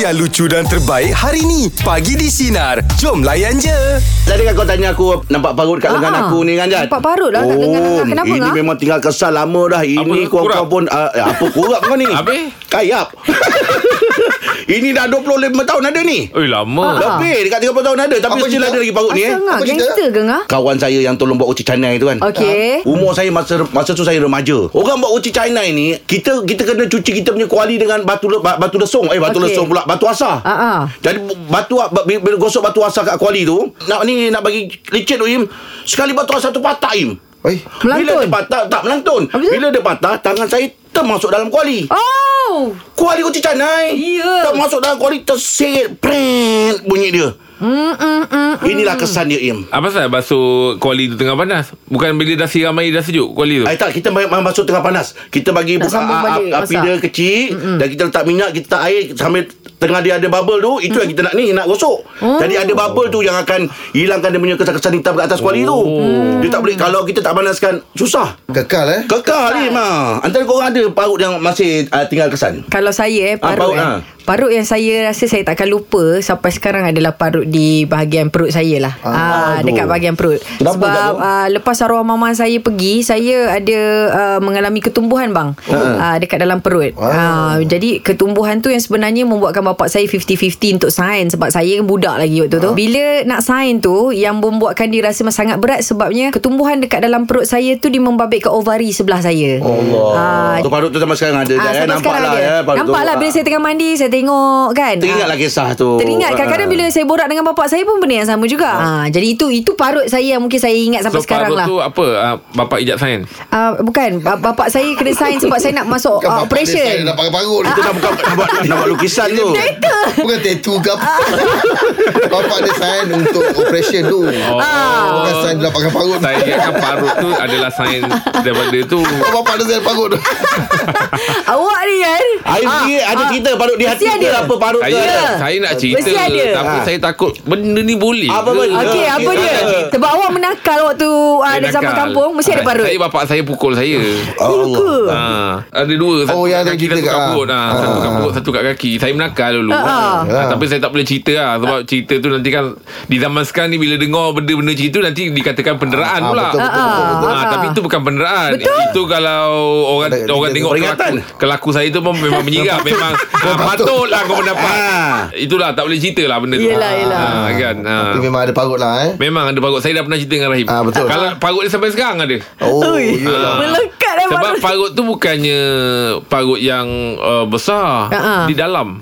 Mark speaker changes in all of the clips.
Speaker 1: yang lucu dan terbaik hari ni. Pagi di Sinar. Jom layan je.
Speaker 2: Tadi kan kau tanya aku Nampak parut kat lengan
Speaker 3: Ah,
Speaker 2: aku ni kan Jad
Speaker 3: nampak parut lah kat lengan
Speaker 2: Oh,
Speaker 3: Angah. Kenapa,
Speaker 2: Ini
Speaker 3: Angah?
Speaker 2: memang tinggal kesal lama dah Ini
Speaker 4: Apa,
Speaker 2: kau
Speaker 4: kurap?
Speaker 2: kau pun ah, eh, Apa kurap kau ni
Speaker 4: Habis?
Speaker 2: Kayap Ini dah 25 tahun ada ni
Speaker 4: Oi lama.
Speaker 3: Ah.
Speaker 2: Lebih dekat 30 tahun ada Tapi
Speaker 5: Apa
Speaker 2: still
Speaker 5: cerita?
Speaker 2: ada lagi parut ni eh
Speaker 3: Asal ngah
Speaker 5: Apa cerita?
Speaker 3: gangster ke ngah?
Speaker 2: Kawan saya yang tolong buat uci canai tu kan
Speaker 3: Okey.
Speaker 2: Umur saya masa masa tu saya remaja. Orang buat uci canai ni, kita kita kena cuci kita punya kuali dengan batu le- ba- batu lesung. Eh batu
Speaker 3: Okey.
Speaker 2: lesung pula, batu asah.
Speaker 3: Ah, ah.
Speaker 2: Jadi bu- batu a- ba- bila bila gosok batu asah kat kuali tu, nak ni nak bagi licin tu Im. Sekali batu asah tu patah Im.
Speaker 5: Oi.
Speaker 3: Melantun?
Speaker 2: Bila dia patah tak melantun.
Speaker 3: Habis tu?
Speaker 2: Bila dia patah tangan saya termasuk dalam kuali.
Speaker 3: Oh.
Speaker 2: Kuali uci canai.
Speaker 3: Ya.
Speaker 2: Termasuk dalam kuali terseret print bunyi dia.
Speaker 3: Mm, mm, mm.
Speaker 2: Inilah kesan dia Im.
Speaker 4: Apa Ah, pasal basuh kuali tu tengah panas? Bukan bila dah siram air dah sejuk kuali tu.
Speaker 2: Ay, Ah, tak, kita main, main basuh tengah panas. Kita bagi
Speaker 3: Nak
Speaker 2: buka
Speaker 3: sambung
Speaker 2: a-
Speaker 3: balik,
Speaker 2: a- api
Speaker 3: masak.
Speaker 2: dia kecil Mm-mm. dan kita letak minyak, kita letak air sambil tengah dia ada bubble tu, itu yang kita nak ni nak gosok. Oh. Jadi ada bubble tu yang akan hilangkan dia punya kesan-kesan hitam kat atas kuali
Speaker 3: Oh.
Speaker 2: tu.
Speaker 3: Mm.
Speaker 2: Dia tak boleh kalau kita tak panaskan susah.
Speaker 5: Kekal eh.
Speaker 2: Kekal ni ma. Antara korang ada parut yang masih uh, tinggal kesan.
Speaker 3: Kalau saya eh
Speaker 2: Ah,
Speaker 3: parut,
Speaker 2: parut,
Speaker 3: eh,
Speaker 2: ah.
Speaker 3: parut yang saya rasa saya takkan lupa sampai sekarang adalah parut di bahagian perut saya lah. Ah,
Speaker 2: aduh.
Speaker 3: dekat bahagian perut.
Speaker 2: Kenapa
Speaker 3: Sebab
Speaker 2: tak tahu?
Speaker 3: ah, lepas arwah mama saya pergi, saya ada ah, mengalami ketumbuhan bang ah, dekat dalam perut. Ah, jadi ketumbuhan tu yang sebenarnya membuatkan bapak saya 50-50 untuk sains sebab saya kan budak lagi waktu
Speaker 2: Ah.
Speaker 3: tu. Bila nak sains tu yang membuatkan dia rasa sangat berat sebabnya ketumbuhan dekat dalam perut saya tu dia membabit ke ovari sebelah saya.
Speaker 5: Oh,
Speaker 3: Allah. Ah,
Speaker 2: Tu parut tu sampai sekarang Oh. ada
Speaker 3: Ah,
Speaker 2: Jad, eh.
Speaker 3: sampai
Speaker 2: Nampak
Speaker 3: sekarang
Speaker 2: lah
Speaker 3: ada.
Speaker 2: ya, parut tu.
Speaker 3: Nampak lah bila saya tengah mandi Saya tengok kan
Speaker 2: Teringat
Speaker 3: Ah.
Speaker 2: lah kisah tu.
Speaker 3: Teringat kadang-kadang
Speaker 2: Ah.
Speaker 3: bila saya borak dengan bapak saya pun benda yang sama juga. Ha, jadi itu itu parut saya yang mungkin saya ingat sampai
Speaker 4: Ah. So
Speaker 3: so, sekarang
Speaker 4: parut
Speaker 3: lah.
Speaker 4: tu apa? Ah, bapak ijat sains.
Speaker 3: Ah, bukan ba- bapak saya kena sign sebab saya nak masuk
Speaker 5: Bukan
Speaker 3: uh,
Speaker 5: bapak dia, saya
Speaker 4: lah.
Speaker 3: operation. Ah.
Speaker 5: Nak pakai parut
Speaker 2: Itu dah bukan nak buat- nak buat lukisan tu.
Speaker 5: Bukan tattoo ke
Speaker 3: Ah.
Speaker 5: apa Bapak dia sign untuk operation tu
Speaker 3: Ah.
Speaker 5: Bukan sign lah. dia nak pakai parut
Speaker 4: Saya ingatkan parut tu adalah sains daripada tu.
Speaker 5: Bapak dia sign parut tu
Speaker 3: Awak ni kan.
Speaker 2: Air sendiri ada cerita parut di hati
Speaker 3: Mesti
Speaker 2: ke
Speaker 3: ada.
Speaker 2: apa parut
Speaker 4: Saya
Speaker 2: ke?
Speaker 4: saya nak cerita
Speaker 3: Mesti ada.
Speaker 4: tapi
Speaker 2: Ah.
Speaker 4: saya takut benda ni boleh.
Speaker 2: Apa
Speaker 4: ke?
Speaker 2: benda?
Speaker 3: Okey, apa dia? Sebab awak menakal waktu uh,
Speaker 4: Saya
Speaker 3: ada zaman
Speaker 4: nakal.
Speaker 3: kampung mesti ada
Speaker 4: Ah,
Speaker 3: parut.
Speaker 4: Saya bapak saya pukul saya.
Speaker 3: Allah.
Speaker 4: Ha, ada dua
Speaker 5: Oh, yang ada cerita
Speaker 4: satu kat
Speaker 5: kat-
Speaker 4: perut ha.
Speaker 5: ah.
Speaker 4: Satu kat perut Satu kat kaki Saya menakal dulu
Speaker 3: Ah, ah.
Speaker 4: Ah, Tapi saya tak boleh cerita lah Sebab cerita tu nanti kan Di zaman sekarang ni Bila dengar benda-benda cerita Nanti dikatakan penderaan
Speaker 5: Ah,
Speaker 4: pula
Speaker 5: betul, betul, betul,
Speaker 3: betul.
Speaker 4: Ah,
Speaker 3: Ah.
Speaker 4: Tapi itu bukan penderaan
Speaker 3: Betul.
Speaker 4: Itu kalau Orang
Speaker 5: Ada-
Speaker 4: orang
Speaker 5: ada
Speaker 4: tengok
Speaker 2: peringatan.
Speaker 4: kelaku, kelaku saya tu pun Memang menyirap Memang ah, Patutlah kau mendapat
Speaker 2: Ah.
Speaker 4: Itulah tak boleh cerita lah benda tu
Speaker 3: Yelah, yelah.
Speaker 4: Ah, kan Ah.
Speaker 5: Tapi memang ada parut lah eh
Speaker 4: Memang ada parut Saya dah pernah cerita dengan Rahim
Speaker 5: Ah, betul.
Speaker 4: Kalau parut dia sampai sekarang ada
Speaker 5: Oh
Speaker 3: Ui,
Speaker 5: yelah
Speaker 3: Melekat eh
Speaker 4: sebab
Speaker 3: parut.
Speaker 4: parut tu bukannya parut yang uh, besar
Speaker 3: Ah, ah.
Speaker 4: di dalam.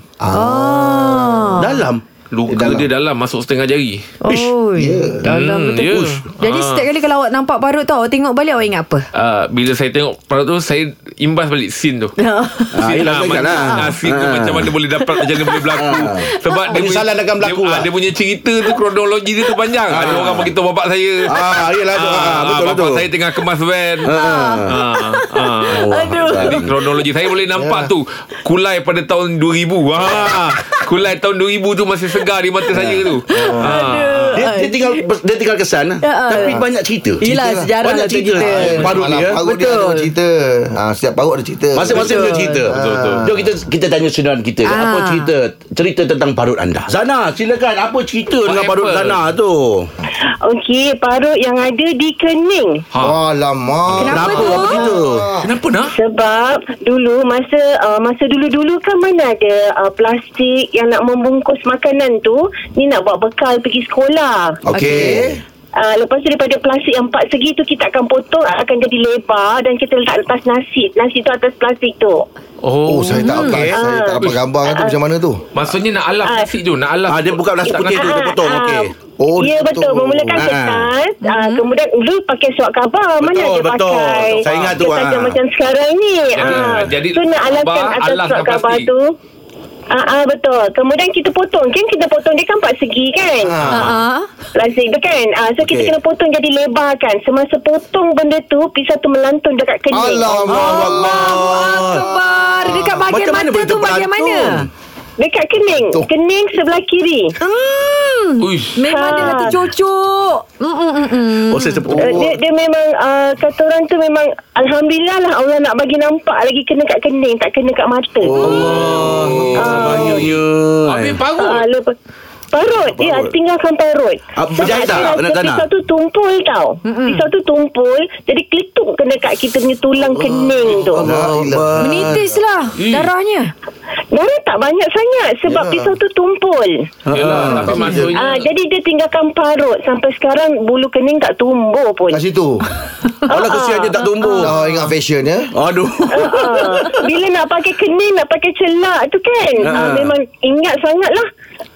Speaker 3: Oh.
Speaker 2: Dalam
Speaker 4: Luka
Speaker 5: Dalam.
Speaker 4: dia dalam masuk setengah jari.
Speaker 3: Oh, dalam
Speaker 4: Hmm,
Speaker 3: betul.
Speaker 4: ya.
Speaker 3: Ush. Jadi
Speaker 4: Ah.
Speaker 3: setiap kali kalau awak nampak parut tu, awak tengok balik awak ingat apa?
Speaker 4: Uh, bila saya tengok parut tu saya imbas balik scene tu.
Speaker 2: Ah,
Speaker 4: Scene, ah,
Speaker 2: yelah, cakap
Speaker 4: macam-
Speaker 2: lah.
Speaker 4: ah, scene tu
Speaker 2: Ah.
Speaker 4: macam mana boleh dapat Macam mana boleh berlaku Sebab dia punya-
Speaker 2: Penyesalan akan berlaku
Speaker 4: dia,
Speaker 2: lah.
Speaker 4: ah, dia punya cerita tu Kronologi dia tu panjang Ada orang beritahu bapak saya
Speaker 2: Ah, yelah tu. Ah, betul,
Speaker 4: Bapak
Speaker 2: betul. Oh,
Speaker 4: saya tengah kemas van ah, ah.
Speaker 3: Aduh.
Speaker 4: Jadi kronologi Saya boleh nampak tu Kulai pada tahun 2000 ah. Kulai tahun 2000 tu Masih segar di mata saya tu ah.
Speaker 2: Dia, dia tinggal dia tinggal
Speaker 3: ah.
Speaker 2: kesan Kan lah. tapi banyak cerita.
Speaker 3: Yelah,
Speaker 2: Cerita
Speaker 3: sejarah
Speaker 2: Banyak
Speaker 3: lah tu cerita.
Speaker 2: cerita. Parut
Speaker 5: Alah,
Speaker 2: dia. ya.
Speaker 5: Parut dia
Speaker 3: Betul.
Speaker 5: ada orang cerita Ah. ha, Setiap parut ada cerita
Speaker 2: Masing-masing
Speaker 3: Betul.
Speaker 2: punya cerita.
Speaker 4: Betul, betul.
Speaker 2: Jom kita kita tanya saudara kita.
Speaker 3: Ah.
Speaker 2: Apa cerita cerita tentang parut anda? Zana, silakan. Apa cerita dengan
Speaker 4: Pineapple.
Speaker 2: parut Zana tu?
Speaker 6: Okey, parut yang ada di kening.
Speaker 4: Ha.
Speaker 5: Alamak
Speaker 3: Kenapa,
Speaker 2: Kenapa?
Speaker 3: tu?
Speaker 2: Apa cerita?
Speaker 4: Kenapa nak?
Speaker 6: Sebab dulu masa uh, masa dulu-dulu kan mana ada uh, plastik yang nak membungkus makanan tu ni nak buat bekal pergi sekolah.
Speaker 2: Okey.
Speaker 6: Uh, lepas tu daripada plastik yang empat segi tu kita akan potong akan jadi lebar dan kita letak atas nasi. Nasi tu atas plastik tu. Hmm. Ah,
Speaker 5: Oh, saya tak apa Saya tak
Speaker 4: Ah.
Speaker 5: apa gambar kan tu macam mana tu
Speaker 4: Maksudnya nak alas nasi tu Nak alas
Speaker 2: Ah, dia buka belas putih tu dia potong. Okey.
Speaker 5: Oh,
Speaker 6: Oh, ya betul.
Speaker 5: betul.
Speaker 6: Memulakan
Speaker 2: Ah.
Speaker 6: kertas, ah. kemudian dulu pakai surat khabar, mana
Speaker 2: Betul,
Speaker 6: ada
Speaker 2: betul.
Speaker 6: pakai.
Speaker 2: Saya ingat tu,
Speaker 6: Kertas
Speaker 2: ah. Ya.
Speaker 6: yang macam sekarang ni.
Speaker 4: Jadi-
Speaker 6: ah.
Speaker 4: jadi
Speaker 6: so nak alaskan
Speaker 4: khabar,
Speaker 6: atas
Speaker 4: alas
Speaker 6: surat
Speaker 4: dengan
Speaker 6: khabar
Speaker 4: plastik.
Speaker 6: tu. Ah, ah betul. Kemudian kita potong. Kan kita potong dia kan empat segi kan?
Speaker 2: Ah.
Speaker 3: Ah.
Speaker 6: Plastik tu kan. Ah, so kita
Speaker 2: Okey.
Speaker 6: kena potong jadi lebar kan. Semasa potong benda tu, pisau tu melantun dekat kening. Ah,
Speaker 5: Alamak
Speaker 3: Akbar. Dekat bahagian
Speaker 2: Ah. Macam mana
Speaker 3: mata
Speaker 2: boleh
Speaker 3: tu bahagian mana?
Speaker 2: terpelantung?
Speaker 6: Dekat kening.
Speaker 5: Tuh.
Speaker 6: Kening sebelah kiri.
Speaker 3: Hmm.
Speaker 4: Uish.
Speaker 3: Memang dia
Speaker 6: Ah.
Speaker 3: kata cocok. Hmm hmm hmm, hmm.
Speaker 2: Oh, saya sebut.
Speaker 6: Uh, dia, dia memang uh, kata orang tu memang Alhamdulillah lah Allah nak bagi nampak lagi kena kat kening tak kena kat mata.
Speaker 2: Oh,
Speaker 6: Hmm. Ah.
Speaker 2: bahayanya.
Speaker 4: Ah, Parut?
Speaker 6: Ah, lepas, Parut Ya
Speaker 2: Parut.
Speaker 6: tinggalkan parut
Speaker 2: Ah, berjaya tak?
Speaker 6: dia
Speaker 2: Nak
Speaker 6: rasa
Speaker 2: tanah?
Speaker 6: Pisau tu tumpul tau
Speaker 3: Hmm,
Speaker 6: Mm-mm. Pisau tu tumpul Jadi keletup kena kat kita punya tulang
Speaker 2: Oh.
Speaker 6: kening tu
Speaker 5: Alhamdulillah.
Speaker 3: Menitis lah
Speaker 4: Hmm.
Speaker 3: Darahnya
Speaker 6: Darah Ya, tak banyak sangat Sebab
Speaker 5: Yalah.
Speaker 6: pisau tu tumpul
Speaker 4: Yalah, tapi maksudnya
Speaker 6: Ah, jadi dia tinggalkan parut sampai sekarang bulu kening tak tumbuh pun.
Speaker 5: Kat situ.
Speaker 3: Ah.
Speaker 2: Alah kesian dia tak tumbuh.
Speaker 5: Dah ingat fashion ya.
Speaker 2: Aduh.
Speaker 6: Ah, bila nak pakai kening nak pakai celak tu kan
Speaker 2: Ah.
Speaker 6: ah. memang ingat sangat lah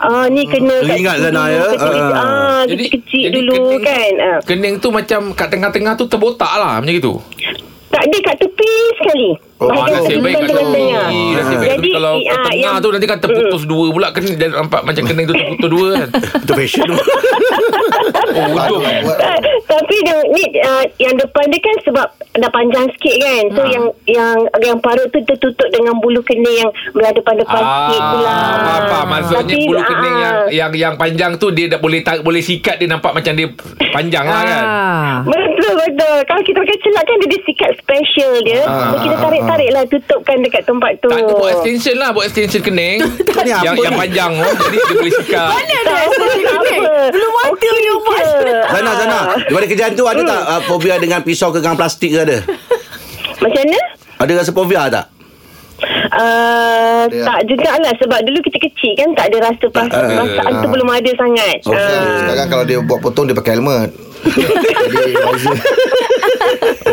Speaker 6: ah, ni kena
Speaker 2: Teringat
Speaker 6: kat
Speaker 2: sana,
Speaker 6: dulu,
Speaker 2: ya?
Speaker 6: kecil-
Speaker 2: Ah.
Speaker 6: ah, kecil-kecil dulu
Speaker 4: kening-
Speaker 6: kan ah.
Speaker 4: Kening tu macam kat tengah-tengah tu terbotak lah macam gitu. Ah,
Speaker 6: tak ada kat tepi sekali
Speaker 5: Oh,
Speaker 6: bahagian
Speaker 5: nasib
Speaker 6: tepi
Speaker 5: baik
Speaker 6: kan
Speaker 5: kat
Speaker 6: tengah-tengah
Speaker 4: tepi. Nasib baik. Tapi kalau kat
Speaker 6: ah, Hmm.
Speaker 4: tengah tu nanti kan terputus dua pula kening dan nampak macam kening tu terputus dua kan.
Speaker 2: Itu fashion tu.
Speaker 4: Oh, betul.
Speaker 6: Ta- Tapi dia ni uh, yang depan dia kan sebab dah panjang sikit kan. So ha. yang yang yang parut tu tertutup dengan bulu kening yang belah depan-depan ah, sikit pula.
Speaker 4: apa maksudnya
Speaker 6: Tapi,
Speaker 4: bulu kening
Speaker 6: ah,
Speaker 4: yang yang yang panjang tu dia dah boleh tak boleh sikat dia nampak macam dia panjang lah kan.
Speaker 3: ah.
Speaker 6: Betul betul. Kalau kita pakai celak kan dia ada sikat special dia.
Speaker 4: Ah.
Speaker 6: So kita tarik-tarik lah tutupkan dekat tempat tu.
Speaker 4: Tak tu buat extension lah Buat extension kening
Speaker 2: Ni apa
Speaker 4: Yang, yang
Speaker 2: ni?
Speaker 4: panjang tu Jadi dia boleh sikat
Speaker 3: Mana ada
Speaker 6: Tak apa,
Speaker 3: extension
Speaker 6: tak
Speaker 3: kening?
Speaker 6: apa.
Speaker 3: Belum ada
Speaker 6: Okey
Speaker 3: you
Speaker 6: je. Hmm.
Speaker 3: buat.
Speaker 2: Zana, Zana. Daripada kerjaan tu ada tak uh, fobia dengan pisau kegang plastik ke ada?
Speaker 6: Macam mana?
Speaker 2: Ada rasa fobia tak?
Speaker 6: Uh,
Speaker 5: Ya.
Speaker 6: Tak jugalah Sebab dulu kita kecil kan Tak ada rasa pas-
Speaker 5: Ah,
Speaker 2: ada.
Speaker 6: Perasaan tu belum ada sangat
Speaker 2: Oh,
Speaker 4: Eh,
Speaker 5: So,
Speaker 6: Ah.
Speaker 5: sekarang kalau dia buat potong dia pakai helmet. Jadi Fauzi,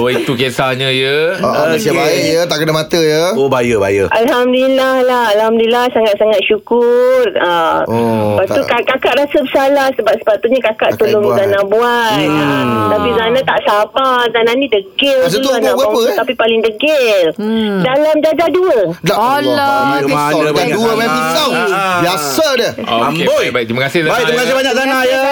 Speaker 4: Oh itu kisahnya ya
Speaker 5: ah, Malaysia
Speaker 2: Okay.
Speaker 5: baik ya, tak kena mata ya.
Speaker 2: Oh, bahaya, bahaya.
Speaker 6: Alhamdulillah lah Alhamdulillah sangat-sangat syukur uh,
Speaker 5: Oh,
Speaker 6: Lepas tu
Speaker 5: tak-
Speaker 6: kak, kakak rasa bersalah Sebab sepatutnya kakak,
Speaker 5: Kakak
Speaker 6: tolong buat.
Speaker 5: buat.
Speaker 6: Zana buat hmm. Tapi Zana tak sabar Zana ni degil
Speaker 5: Masa tu
Speaker 6: dulu
Speaker 5: umur
Speaker 6: anak
Speaker 5: berapa,
Speaker 6: bongsu
Speaker 5: eh?
Speaker 6: Tapi paling degil hmm. Dalam jajah dua
Speaker 5: Dah
Speaker 3: Alah,
Speaker 5: Allah, main pisau.
Speaker 2: mana
Speaker 5: Dah
Speaker 2: banyak
Speaker 5: dua main
Speaker 2: tangan.
Speaker 5: pisau.
Speaker 2: Ah, ah.
Speaker 5: Biasa dia.
Speaker 4: Okey,
Speaker 2: Amboi.
Speaker 4: baik, baik. Terima kasih, Zana,
Speaker 2: Baik, terima kasih
Speaker 4: ya.
Speaker 2: banyak Zana ya.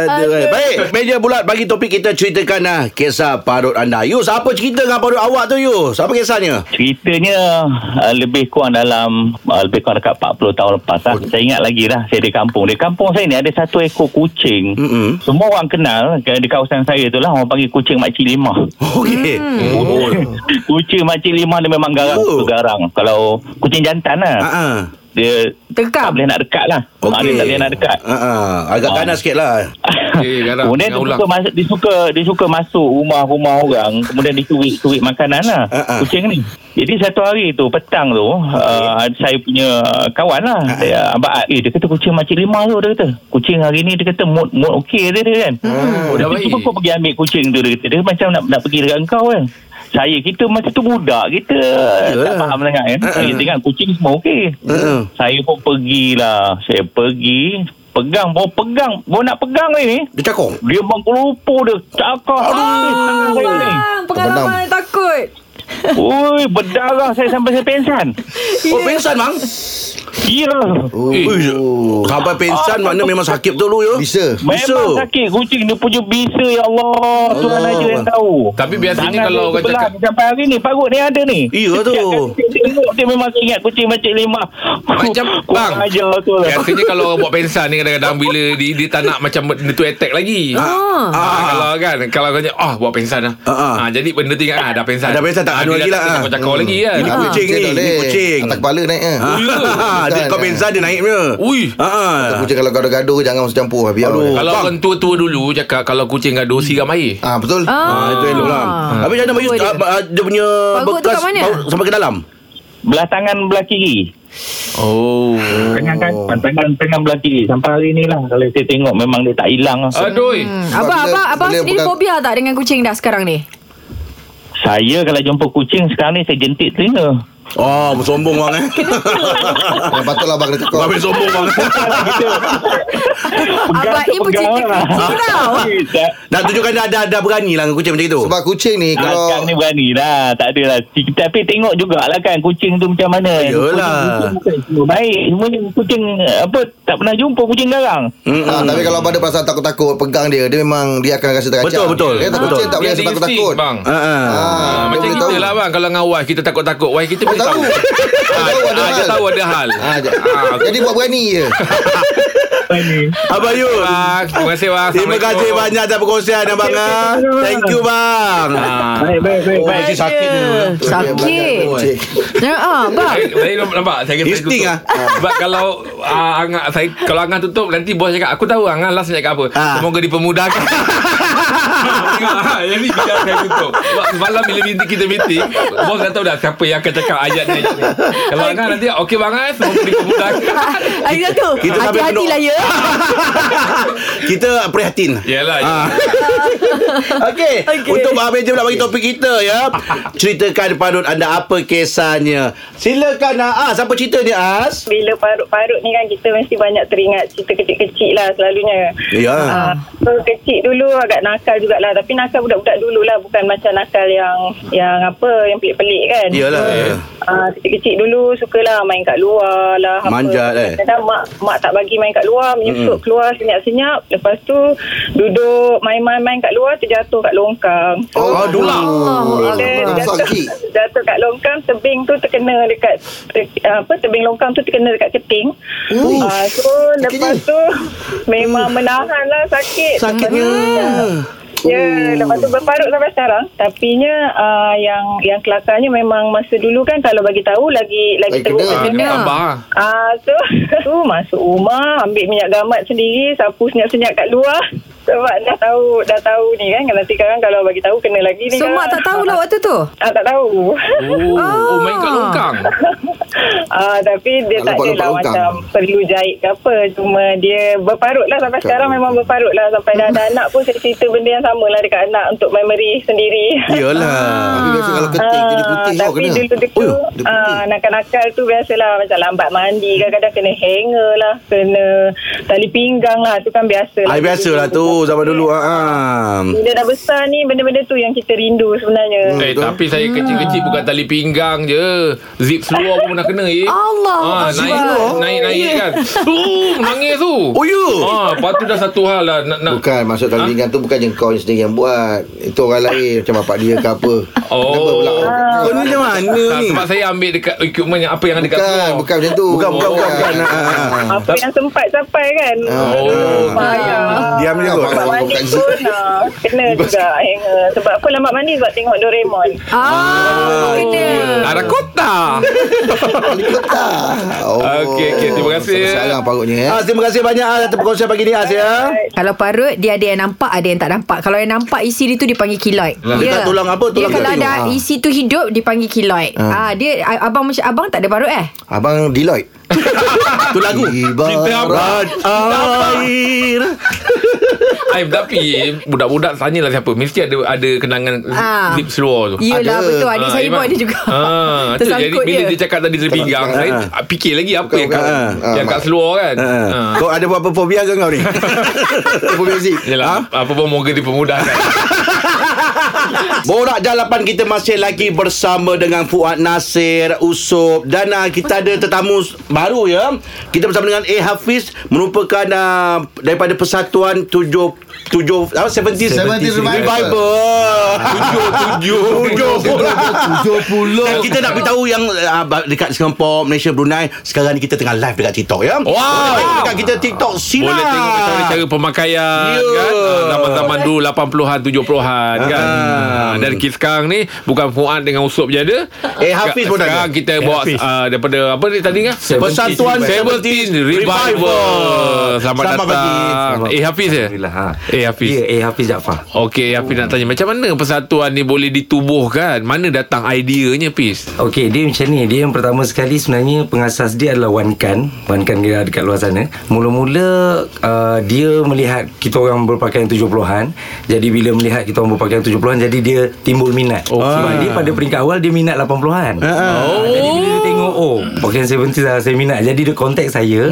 Speaker 2: Aduh, eh. Baik, meja bulat bagi topik kita ceritakan ah kisah parut anda. Yus, apa cerita dengan parut awak tu Yus? Apa kisahnya?
Speaker 7: Ceritanya uh, lebih kurang dalam uh, lebih kurang dekat 40 tahun lepas lah. Saya ingat lagi lah saya di kampung. Di kampung saya ni ada satu ekor kucing.
Speaker 2: Mm-mm.
Speaker 7: Semua orang kenal ke- di kawasan saya tu lah orang panggil kucing makcik lima.
Speaker 2: Okey. Oh.
Speaker 7: kucing makcik lima dia memang garang oh.
Speaker 2: Oh.
Speaker 7: garang. Kalau kucing jantan lah.
Speaker 2: Ha ah.
Speaker 7: Dia tak
Speaker 3: Tekam
Speaker 7: boleh nak dekat lah. Okay. Dia tak boleh nak dekat.
Speaker 2: Ha ah. Agak
Speaker 7: Ah.
Speaker 2: ganas sikit lah.
Speaker 4: Okey, garang.
Speaker 7: Kemudian dia
Speaker 4: Jangan
Speaker 7: suka,
Speaker 4: ulang.
Speaker 7: masuk, dia suka dia suka masuk rumah-rumah orang kemudian dia curi-curi makanan lah
Speaker 2: Ah, ah.
Speaker 7: kucing ni. Jadi satu hari tu petang tu uh, saya punya kawan lah
Speaker 2: Ah,
Speaker 7: saya abang Ad, eh dia kata kucing macam lima tu dia kata. Kucing hari ni dia kata mood mood okey dia, dia kan.
Speaker 4: Oh,
Speaker 5: Hmm.
Speaker 4: dah
Speaker 7: Lepas tu
Speaker 4: baik
Speaker 7: kau pergi ambil kucing tu dia kata dia macam nak nak pergi dekat engkau kan. Saya kita masa tu budak kita tak
Speaker 2: Yalah.
Speaker 7: faham sangat kan.
Speaker 2: Ah, ah.
Speaker 7: Kita ingat kucing semua okey.
Speaker 2: Ha.
Speaker 7: Saya pun pergilah. Saya pergi pegang bawa pegang bawa nak pegang ni ni
Speaker 2: Dia cakong.
Speaker 7: dia bang kelupur dia Cakap Aduh tangan saya ni.
Speaker 3: Abang, pengalaman takut
Speaker 7: Ui berdarah saya sampai saya pensan
Speaker 2: Oh, pingsan mang.
Speaker 7: Gila
Speaker 4: Eh.
Speaker 2: Oh. Sampai pingsan mana memang sakit tu lu ya.
Speaker 5: Bisa.
Speaker 7: Memang
Speaker 2: Bisa. Oh.
Speaker 7: sakit kucing Dia punya bisa Ya Allah Tuhan
Speaker 2: Allah.
Speaker 7: aja yang tahu
Speaker 4: Tapi biasanya
Speaker 7: Tangan
Speaker 4: kalau
Speaker 7: dia
Speaker 4: orang
Speaker 7: sebelah,
Speaker 4: cakap-
Speaker 7: Sampai hari ni Parut ni ada ni
Speaker 2: Iya tu.
Speaker 7: Setiap kali Dia tengok, dia memang ingat kucing macam lima
Speaker 4: Macam bang
Speaker 7: Kurang aja tu lah
Speaker 4: Biasanya kalau orang buat pensan ni Kadang-kadang bila dia, dia tak nak macam Benda tu attack lagi
Speaker 2: Ah.
Speaker 4: Ah, kalau kan Kalau kau cakap Oh buat pensan lah
Speaker 2: Ah, ah.
Speaker 4: ah, Jadi benda tu ingat ah, Dah pensan
Speaker 2: Dah pensan, tak anu lagi lah, ah.
Speaker 4: Cakap-cakap lagi kan
Speaker 2: Ini
Speaker 5: Ah,
Speaker 2: kucing ni,
Speaker 5: tak
Speaker 2: ni
Speaker 5: boleh.
Speaker 2: kucing.
Speaker 5: Atas kepala naik eh.
Speaker 2: Ah, dia kau pingsan dia naik punya.
Speaker 4: Ui
Speaker 2: Ha.
Speaker 5: Kucing kalau gaduh-gaduh jangan masuk campur lah, biar.
Speaker 4: Kalau
Speaker 2: Aduh. Hmm. Bang.
Speaker 4: orang tua-tua dulu Cakap kalau kucing gaduh Siram air
Speaker 5: Ah betul.
Speaker 2: Ah, itu elok lah.
Speaker 3: Hmm.
Speaker 2: Habis macam mana Bayu
Speaker 3: Betul
Speaker 2: ah, ah, dia punya
Speaker 3: Parut tu
Speaker 2: bekas
Speaker 3: kat mana?
Speaker 2: parut sampai ke dalam?
Speaker 7: Belah tangan belah kiri
Speaker 4: Oh
Speaker 7: Tangan kanan Tangan tangan belah kiri Sampai hari ni lah Kalau saya tengok Memang dia tak hilang lah
Speaker 3: Hmm.
Speaker 4: Aduh
Speaker 3: Abang,
Speaker 5: bila-
Speaker 3: abang, abang
Speaker 5: bila
Speaker 3: sendiri
Speaker 5: bukan-
Speaker 3: fobia tak dengan kucing dah sekarang ni?
Speaker 7: Saya kalau jumpa kucing Sekarang ni saya jentik telinga
Speaker 2: Oh, sombong bang eh.
Speaker 5: Yang Ya, patutlah abang kena cakap.
Speaker 2: Kau ambil sombong bang.
Speaker 3: Abang ni pencinta kucing tau.
Speaker 2: Nak tunjukkan dia ada ada berani lah dengan kucing macam itu.
Speaker 5: Sebab kucing ni
Speaker 7: Akak
Speaker 5: kalau
Speaker 7: ni berani lah Tak adalah Si- Tapi tengok jugalah kan Kucing tu macam mana kan.
Speaker 2: Yalah.
Speaker 7: Kucing- Kucing bukan semua baik Semua ni kucing Apa Tak pernah jumpa kucing garang
Speaker 5: Ah, tapi kalau abang ada perasaan takut-takut pegang dia, dia memang dia akan rasa terkacau.
Speaker 2: Betul, betul.
Speaker 5: Dia tak
Speaker 2: Betul.
Speaker 5: kucing tak boleh rasa
Speaker 4: Dia ada
Speaker 5: takut-takut.
Speaker 4: insting, Bang
Speaker 2: Ha ah.
Speaker 4: Ah,
Speaker 5: Ah, dia
Speaker 4: macam
Speaker 5: boleh
Speaker 4: kita
Speaker 5: tahu.
Speaker 4: lah bang Kalau dengan wife Kita takut-takut Wife kita
Speaker 5: Dia
Speaker 4: boleh tahu
Speaker 5: tahu. Dia
Speaker 4: Ah,
Speaker 5: tahu
Speaker 4: Dia
Speaker 5: ada
Speaker 4: tahu
Speaker 5: hal.
Speaker 4: ada hal
Speaker 5: Ah, j-
Speaker 4: Ah,
Speaker 5: Jadi buat berani je.
Speaker 7: funny.
Speaker 2: Abang Yul.
Speaker 4: Bang, terima kasih bang.
Speaker 2: Terima kasih
Speaker 4: Assalamualaikum.
Speaker 2: banyak atas perkongsian abang. ah. Thank you bang.
Speaker 4: Ah.
Speaker 7: Baik, baik, baik.
Speaker 2: Oh, si sakit ni.
Speaker 3: Sakit. Ya, ah, bang.
Speaker 4: Saya, saya nampak saya kata saya
Speaker 2: Insting
Speaker 4: tutup.
Speaker 2: ah.
Speaker 4: Sebab kalau uh, Angah saya kalau Angah tutup nanti bos cakap aku tahu Angah last nak cakap apa.
Speaker 2: Ah.
Speaker 4: Semoga dipermudahkan. Tengok, ah, Yang ni biar saya tutup Sebab Malam bila binti kita meeting Bos dah tahu dah Siapa yang akan cakap ayat ni, ayat ni. Kalau Angah nanti Okey bang Angah Semoga dipermudahkan
Speaker 3: Hari satu.
Speaker 2: Kita sampai
Speaker 3: Hati-hati
Speaker 2: penuh.
Speaker 3: lah ya.
Speaker 2: Kita prihatin.
Speaker 4: Yalah
Speaker 2: Ah. Okey, okay. untuk Abang Benjamin nak bagi topik kita ya. Ceritakan parut anda apa kisahnya. Silakan ah, siapa cerita ni As?
Speaker 8: Bila parut-parut ni kan kita mesti banyak teringat cerita kecil-kecil lah selalunya.
Speaker 2: Ya.
Speaker 8: Ah, so kecil dulu agak nakal jugalah tapi nakal budak-budak dululah bukan macam nakal yang yang apa yang pelik-pelik kan.
Speaker 2: Iyalah. Ya.
Speaker 8: Ah, kecil-kecil dulu sukalah main kat luar lah apa.
Speaker 2: Manjat, eh?
Speaker 8: Kadang mak mak tak bagi main kat luar menyusut mm-hmm. keluar senyap-senyap lepas tu duduk main-main-main kat luar terjatuh kat longkang.
Speaker 5: Oh,
Speaker 4: Adulah.
Speaker 3: Allah.
Speaker 8: Bila
Speaker 5: Akbar.
Speaker 8: jatuh,
Speaker 5: Sakit.
Speaker 8: jatuh kat longkang Tebing tu terkena dekat te- Apa Tebing longkang tu terkena dekat keting
Speaker 5: Ui,
Speaker 8: Ah, So lepas tu Memang menahan lah sakit
Speaker 2: Sakitnya.
Speaker 8: Ya yeah, Lepas tu berparut sampai sekarang Tapinya uh, Yang yang kelakarnya memang Masa dulu kan Kalau bagi tahu Lagi lagi
Speaker 5: Lagi
Speaker 8: teruk
Speaker 5: kena.
Speaker 4: Ah,
Speaker 8: macam
Speaker 4: kena
Speaker 8: ni.
Speaker 4: tambah ah.
Speaker 8: Ah, so, tu masuk rumah, ambil minyak gamat sendiri, sapu senyap-senyap kat luar. Sebab dah tahu, dah tahu ni kan. Nanti sekarang kalau bagi tahu, kena lagi ni
Speaker 3: So
Speaker 8: kan.
Speaker 3: mak tak tahulah waktu tu.
Speaker 8: Ah, tak tahu.
Speaker 4: Oh, oh main kat longkang
Speaker 8: ah, tapi dia
Speaker 5: Ah,
Speaker 8: tak
Speaker 5: lompat-lompat
Speaker 8: adalah
Speaker 5: longkang.
Speaker 8: macam perlu jahit ke apa. Cuma dia berparut lah sampai sekarang memang berparut lah. Sampai dah ada anak pun saya cerita benda yang sama lah dekat anak untuk memory sendiri.
Speaker 2: Iyalah.
Speaker 5: Tapi biasa kalau ketik jadi putih
Speaker 8: Ah,
Speaker 5: tau
Speaker 8: Tapi
Speaker 5: kena.
Speaker 8: dulu dulu
Speaker 5: Uyuh, dia putih.
Speaker 8: ah, nakal-nakal tu biasalah macam lambat mandi kadang-kadang kena hanger lah kena tali pinggang lah tu kan biasa
Speaker 2: Ah, biasalah tu zaman dulu ah. ah.
Speaker 8: bila dah besar ni benda-benda tu yang kita rindu sebenarnya
Speaker 4: Eh tapi saya kecil-kecil Bukan tali pinggang je Zip seluar pun pernah kena eh.
Speaker 3: Allah.
Speaker 4: Ah, naik, naik naik kan. Tu menangis tu.
Speaker 2: Oh,
Speaker 5: ya?
Speaker 2: you?
Speaker 4: Ah, lepas tu dah satu hal lah nak nak.
Speaker 5: Bukan maksud tali pinggan tu bukan yang kau sendiri yang buat. Itu orang lain macam bapak dia ke apa.
Speaker 4: Oh.
Speaker 5: Kenapa pula?
Speaker 2: Kau ni macam mana
Speaker 4: Tak,
Speaker 2: ni?
Speaker 4: sebab saya ambil dekat equipment yang apa yang ada dekat
Speaker 5: Bukan,
Speaker 4: luar.
Speaker 5: bukan macam tu.
Speaker 2: Bukan bukan bukan. bukan. Ah, ah, ah.
Speaker 8: apa yang sempat sampai kan
Speaker 4: Oh.
Speaker 8: Payah.
Speaker 2: Diam je kot.
Speaker 8: Lambat mandi
Speaker 5: Bukan
Speaker 8: pun ah, kena juga hanger sebab apa lambat mandi sebab tengok Doraemon ya.
Speaker 3: Ah, kena.
Speaker 4: Ada kota.
Speaker 5: Tali kotak. Oh.
Speaker 4: Okey, okey, terima kasih.
Speaker 5: Sampai Sekarang parutnya eh.
Speaker 2: Ah, terima kasih banyak ah atas perkongsian pagi ni As ya.
Speaker 3: Kalau parut dia ada yang nampak ada yang tak nampak. Kalau yang nampak isi dia tu dipanggil kiloid. Ya.
Speaker 2: Lah, dia tak tulang apa,
Speaker 3: Dia
Speaker 2: tulang
Speaker 3: kalau
Speaker 2: tak
Speaker 3: ada
Speaker 2: tengok. Ah.
Speaker 3: isi tu hidup dipanggil kiloid. Ah. dia a- abang macam abang tak ada parut eh?
Speaker 5: Abang Deloitte.
Speaker 2: Tu lagu. Ah,
Speaker 5: Ibarat
Speaker 2: Air.
Speaker 4: Aib tapi budak-budak tanyalah siapa. Mesti ada ada kenangan
Speaker 3: Ah.
Speaker 4: zip seluar tu.
Speaker 3: Yelah
Speaker 5: Ada.
Speaker 3: betul adik
Speaker 4: Ah,
Speaker 3: saya pun
Speaker 4: Iman.
Speaker 3: ada juga.
Speaker 4: Ah, tu jadi
Speaker 3: Tersangkut
Speaker 4: bila dia.
Speaker 3: dia.
Speaker 4: cakap tadi dia pinggang, saya fikir lagi apa yang kat
Speaker 5: Ah. bukan. Ah,
Speaker 4: yang
Speaker 5: mak.
Speaker 4: kat seluar kan.
Speaker 2: Ah.
Speaker 4: Ah.
Speaker 2: Kau ada buat apa fobia ke kau ni?
Speaker 5: Music.
Speaker 4: Yalah,
Speaker 2: Ha?
Speaker 4: apa pun moga kan. dipermudahkan.
Speaker 2: Borak Jalapan kita masih lagi bersama dengan Fuad Nasir, Usop dan uh, kita ada tetamu s- baru ya. Kita bersama dengan A Hafiz merupakan uh, daripada Persatuan 7 7 apa 70
Speaker 5: 70
Speaker 2: Revival.
Speaker 4: Tujuh, tujuh.
Speaker 2: Dan kita nak beritahu yang uh, dekat Singapura, Malaysia, Brunei sekarang ni kita tengah live dekat TikTok ya.
Speaker 4: Wow.
Speaker 2: Dekat kita TikTok sinar.
Speaker 4: Boleh tengok macam mana cara pemakaian
Speaker 2: Ya.
Speaker 4: kan. Ah, Zaman-zaman dulu 80-an 70-an kan.
Speaker 2: Ah.
Speaker 4: Ah, Dan kita sekarang ni bukan Fuad dengan Usop je ada.
Speaker 2: Eh, Hafiz pun ada.
Speaker 4: Sekarang kita
Speaker 9: Eh,
Speaker 4: bawa
Speaker 9: Hafiz.
Speaker 4: ah, daripada apa ni tadi kan?
Speaker 2: Persatuan
Speaker 4: 17
Speaker 2: 70s
Speaker 4: Revival. Selamat,
Speaker 2: Selamat
Speaker 4: datang.
Speaker 2: pagi.
Speaker 9: Selamat.
Speaker 4: Eh Hafiz ya?
Speaker 9: Alhamdulillah. Ha.
Speaker 4: Eh Hafiz.
Speaker 9: Ya, eh Hafiz Jaafar.
Speaker 4: Okey, Hafiz nak tanya macam mana persatuan ni boleh ditubuhkan? Mana datang ideanya, Hafiz?
Speaker 9: Okey, dia macam ni. Dia yang pertama sekali sebenarnya pengasas dia adalah Wan Kan. Wan Kan dia dekat luar sana. Mula-mula uh, dia melihat kita orang berpakaian 70-an. Jadi bila melihat kita orang berpakaian 70-an, jadi dia timbul minat. Oh,
Speaker 2: Ah.
Speaker 9: Sebab dia pada peringkat awal dia minat 80-an. Oh. Jadi bila dia tengok, oh, pakaian 70 lah saya minat. Jadi dia contact saya.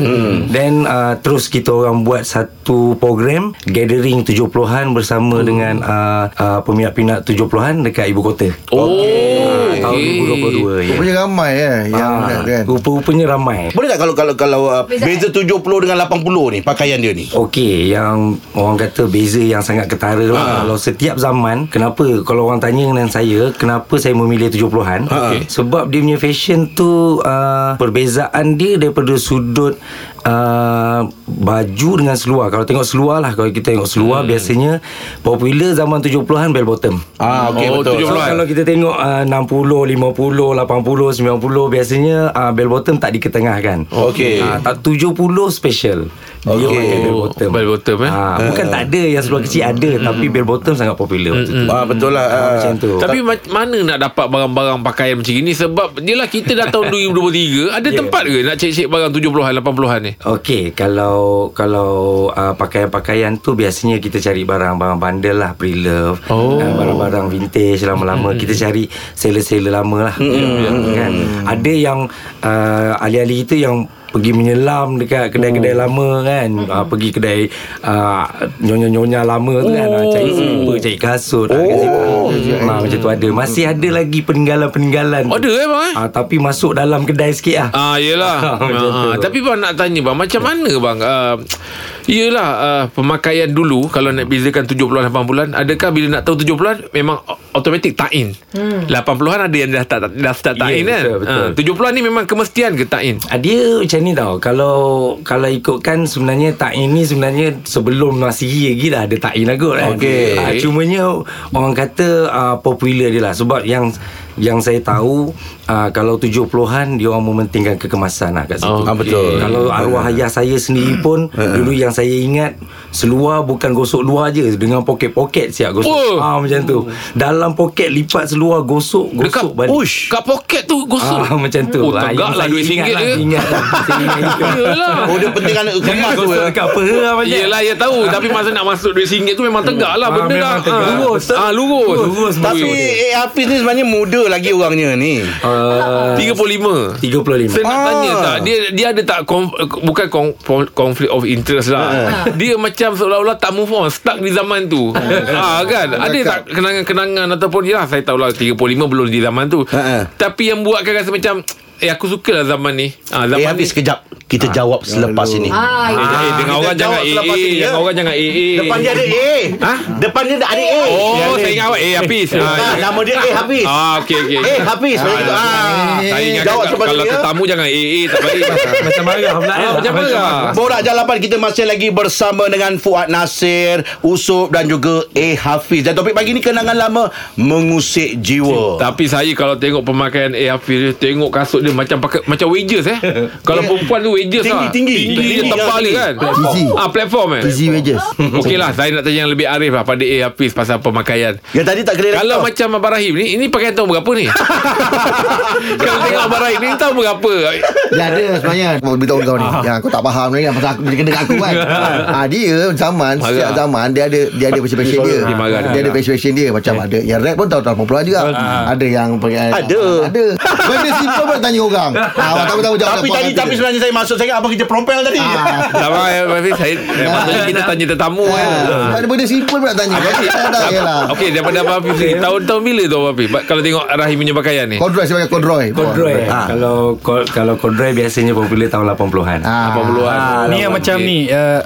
Speaker 9: Then uh, terus kita orang buat satu program gathering 70-an bersama dengan uh, uh, peminat-peminat 70-an dekat ibu kota.
Speaker 4: Okey.
Speaker 9: Tahun 2022 ya.
Speaker 5: Rupanya ramai eh yang
Speaker 9: Ah,
Speaker 5: nak kan.
Speaker 9: Rupa-rupanya ramai
Speaker 2: Boleh tak kalau kalau kalau uh, beza 70 dengan 80 ni pakaian dia ni?
Speaker 9: Okey, yang orang kata beza yang sangat ketara
Speaker 2: Ah.
Speaker 9: lah. Kalau setiap zaman,
Speaker 2: Ah.
Speaker 9: kenapa kalau orang tanya dengan saya, kenapa saya memilih 70-an?
Speaker 4: Ha.
Speaker 9: Sebab dia punya fashion tu tu uh, perbezaan dia daripada sudut uh, baju dengan seluar. Kalau tengok seluar lah, kalau kita tengok seluar hmm. biasanya popular zaman 70-an bell bottom.
Speaker 2: Ah, okey
Speaker 4: Oh, 70.
Speaker 2: betul.
Speaker 9: So, kalau kita tengok uh, 60, 50, 80, 90 biasanya uh, bell bottom tak diketengahkan.
Speaker 2: Okey.
Speaker 9: Ah, tak 70 special. Dia
Speaker 2: Okey.
Speaker 9: pakai bell bottom.
Speaker 4: Bell bottom, eh?
Speaker 9: Ah, bukan tak ada yang seluar kecil ada tapi bell bottom sangat popular waktu tu.
Speaker 2: Ah betul lah.
Speaker 9: Ah,
Speaker 2: Ah.
Speaker 9: macam tu.
Speaker 4: Tapi ma- mana nak dapat barang-barang pakaian macam ini Sebab Yelah kita dah tahun 2023 Ada yeah. tempat ke nak cek-cek barang 70-an 80-an ni
Speaker 9: Okey, kalau kalau uh, pakaian-pakaian tu biasanya kita cari barang-barang bandel lah, pre-love,
Speaker 4: Oh.
Speaker 9: uh, barang-barang vintage lama-lama mm-hmm. kita cari seller-seller lama lah. Mm-hmm. Kan? Ada yang uh, alih-alih itu yang pergi menyelam dekat kedai-kedai lama kan uh, pergi kedai uh, nyonya-nyonya lama tu kan uh, cari slipper cari kasut oh. ha, macam tu ada masih ada lagi peninggalan-peninggalan tu.
Speaker 4: Ada eh bang eh
Speaker 9: Ah, tapi masuk dalam kedai sikit lah
Speaker 4: Ah yelah
Speaker 9: Macam
Speaker 4: ah,
Speaker 9: tu. Ya.
Speaker 4: Tapi bang nak tanya bang Macam mana bang uh, Yelah uh, Pemakaian dulu Kalau nak bezakan 70-an 80-an Adakah bila nak tahu 70-an Memang o- automatik ta'in hmm. 80-an ada yang dah tak dah, start
Speaker 9: Ya,
Speaker 4: ta'in kan
Speaker 9: betul, betul.
Speaker 4: Ah, 70-an ni memang kemestian ke ta'in
Speaker 9: Ah, Dia macam ni tau Kalau Kalau ikutkan Sebenarnya Ta'in ni sebenarnya Sebelum Nasiri lagi dah Ada Ta'in lah kot kan
Speaker 2: Okey.
Speaker 9: Ah, Cumanya Orang kata uh, Popular dia lah Sebab yang Yang saya tahu uh, Kalau 70-an Dia orang mementingkan kekemasan lah kat situ
Speaker 4: Ah,
Speaker 2: Oh, betul. Ah.
Speaker 9: Kalau arwah ayah saya sendiri pun Dulu yang saya ingat Seluar bukan gosok luar je Dengan poket-poket siap gosok
Speaker 4: Oh.
Speaker 9: ah, Macam tu Dalam poket lipat seluar Gosok Gosok balik
Speaker 4: Ush Kat poket tu gosok
Speaker 9: Ah, macam tu
Speaker 4: Oh
Speaker 9: Ah,
Speaker 4: tegak
Speaker 9: yang
Speaker 4: lah
Speaker 9: saya
Speaker 4: duit
Speaker 9: ingat
Speaker 4: ringgit
Speaker 9: lah,
Speaker 4: je
Speaker 9: Ingat lah Saya ingat itu.
Speaker 4: Yelah
Speaker 2: Oh dia penting anak kemas tu.
Speaker 9: Gosok
Speaker 2: eh.
Speaker 9: dekat apa lah banyak
Speaker 4: Yelah ya tahu Tapi masa nak masuk duit RM1 tu Memang tegak lah
Speaker 9: Ah,
Speaker 4: Benda dah
Speaker 9: memang tegak.
Speaker 4: ah.
Speaker 9: Lurus.
Speaker 4: Ah lurus
Speaker 9: Lurus
Speaker 2: Tapi eh, Hafiz ni sebenarnya muda lagi orangnya ni.
Speaker 4: ah.
Speaker 9: uh,
Speaker 4: 35 Saya
Speaker 9: 35
Speaker 4: nak
Speaker 2: Ah.
Speaker 4: tanya tak Dia dia ada tak konf, Bukan konf, Conflict of interest
Speaker 2: Ah.
Speaker 4: lah Dia macam seolah-olah Tak move on Stuck di zaman tu ah, kan Ada tak kenangan-kenangan Ataupun ya Saya tahulah 35 belum di zaman tu
Speaker 2: Ha, ha.
Speaker 4: Tapi yang buatkan rasa macam Eh aku suka lah zaman ni ah, zaman
Speaker 2: Eh Hafiz
Speaker 4: ni.
Speaker 2: kejap. Kita jawab selepas
Speaker 9: ya
Speaker 2: ini.
Speaker 3: Ah,
Speaker 4: Eh, eh, dengan
Speaker 2: kita
Speaker 4: orang jangan
Speaker 2: jawab
Speaker 4: AA
Speaker 2: selepas ini, ya.
Speaker 4: Dengan orang jangan AA
Speaker 2: Depan dia ada A.
Speaker 4: Ha?
Speaker 2: Depan dia ada A.
Speaker 4: Oh saya ingat awak Eh habis
Speaker 2: Ah, nama dia A Hafiz.
Speaker 4: Ah okey okey
Speaker 2: Eh Hafiz macam tu. Ah.
Speaker 4: Saya ingat
Speaker 2: Jawab
Speaker 4: kalau-
Speaker 2: sebab
Speaker 4: Kalau
Speaker 2: dia.
Speaker 4: tetamu jangan AA Tak baik
Speaker 9: Macam marah pula
Speaker 4: Ah, Macam mana
Speaker 2: Borak Jalapan kita masih lagi bersama dengan Fuad Nasir, Usop dan juga A Hafiz. Dan topik pagi ni kenangan lama mengusik jiwa.
Speaker 4: Tapi saya kalau tengok pemakaian eh Hafiz dia tengok kasut dia macam pakai macam wedges eh. kalau perempuan tu wedges
Speaker 2: Tinggi,
Speaker 4: lah.
Speaker 2: tinggi.
Speaker 4: tinggi,
Speaker 2: Tinggi,
Speaker 4: dia
Speaker 2: tinggi,
Speaker 4: tebal
Speaker 2: tinggi.
Speaker 4: dia kan.
Speaker 5: Easy.
Speaker 4: Ah platform eh.
Speaker 5: Easy wages
Speaker 4: Okey lah saya nak tanya yang lebih arif lah pada eh Hafiz pasal pemakaian.
Speaker 2: Yang tadi tak kena
Speaker 4: Kalau
Speaker 2: rekod.
Speaker 4: macam Abang Rahim ni Ini pakaian tahun berapa ni? Kalau tengok Abang Rahim ni Tahun berapa?
Speaker 5: Dia Ya, ada sebenarnya Mau beritahu kau
Speaker 9: Ah.
Speaker 5: ni Yang kau tak faham ni Pasal aku kena dengan aku kan ha, Dia zaman
Speaker 4: Marah.
Speaker 5: Setiap zaman Dia ada Dia ada passion-passion dia
Speaker 4: Dia marah, dia
Speaker 5: Dia ada passion-passion dia Macam
Speaker 9: Ya.
Speaker 5: ada Yang rap pun tahun-tahun popular juga
Speaker 2: Ah.
Speaker 5: Ada yang
Speaker 2: Ada.
Speaker 5: Ada Benda simple pun nak tanya orang ha, Awak tak tahu jawab
Speaker 2: Tapi
Speaker 5: apa
Speaker 2: tadi
Speaker 5: kata
Speaker 2: tapi
Speaker 5: dia.
Speaker 2: sebenarnya saya masuk saya abang kerja prompel tadi.
Speaker 5: Ah,
Speaker 4: Abang Hafiz saya, Maksudnya kita tanya tetamu
Speaker 2: Ya.
Speaker 4: kan Ah.
Speaker 5: Ah, Sebab benda simple pun nak tanya
Speaker 2: Ah,
Speaker 5: Kau tak tahu je lah
Speaker 4: Okey daripada Abang Hafiz ni, Tahun-tahun bila tu Abang Hafiz? Kalau tengok Rahim punya pakaian ni
Speaker 5: Kodroy sebagai Kodroy
Speaker 9: Kodroy
Speaker 2: Ah.
Speaker 9: ha. Kalau ko- Kalau kodroy biasanya popular tahun 80-an
Speaker 2: Ah.
Speaker 9: ha.
Speaker 4: 80-an
Speaker 10: Ah, Ni yang macam ni uh,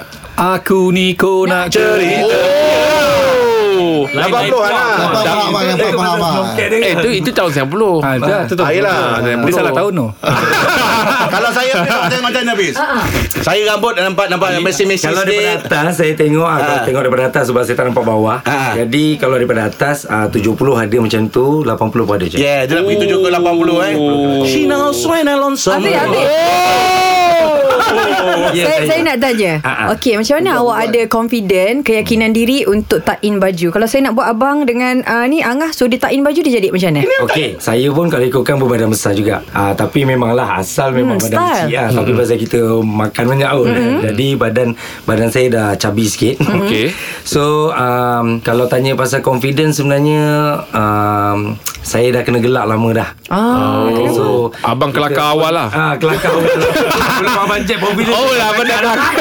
Speaker 10: Aku ni kau nak cerita
Speaker 4: Oh
Speaker 2: Abang bro
Speaker 5: Apa
Speaker 2: anak.
Speaker 5: faham yang apa faham
Speaker 4: Eh tu itu tahun 90
Speaker 10: Ha, dah, tu tu.
Speaker 2: Ah, yelah.
Speaker 10: Dia salah tahun tu.
Speaker 2: Kalau saya tengok macam mana
Speaker 3: Ah,
Speaker 2: habis? Saya rambut nampak nampak mesin-mesin
Speaker 9: Kalau daripada
Speaker 2: sikit.
Speaker 9: atas Saya tengok ha. Kalau tengok daripada atas Sebab saya tak nampak bawah
Speaker 2: Ah.
Speaker 9: Jadi kalau daripada atas ah, 70 ada macam tu 80 pun ada macam tu.
Speaker 2: Yeah, dia nak pergi tujuh ke 80 eh. She knows when I long summer.
Speaker 3: Habis, habis.
Speaker 9: Ya,
Speaker 3: Oh. saya,
Speaker 9: saya-
Speaker 3: saya nak tanya
Speaker 9: Ah, ah.
Speaker 3: Okey macam mana awak ada confident Keyakinan diri Untuk tak in baju Kalau saya nak buat abang Dengan uh, ni Angah So dia tak in baju Dia jadi macam mana
Speaker 9: Okey, saya pun kalau ikutkan berbadan besar juga. Ah tapi memanglah asal memang
Speaker 3: Hmm,
Speaker 9: badan
Speaker 3: style. Hmm.
Speaker 9: kecil ah. Tapi pasal kita makan banyak pun. Jadi badan badan saya dah chubby sikit.
Speaker 4: Okey.
Speaker 9: So, um, kalau tanya pasal confidence sebenarnya um, saya dah kena gelak lama dah.
Speaker 3: Ah,
Speaker 4: Abang kelakar awal lah.
Speaker 9: lah. Ah, kelakar awal. Belum abang cek popular.
Speaker 4: Oh, dah Penat dah
Speaker 2: lah,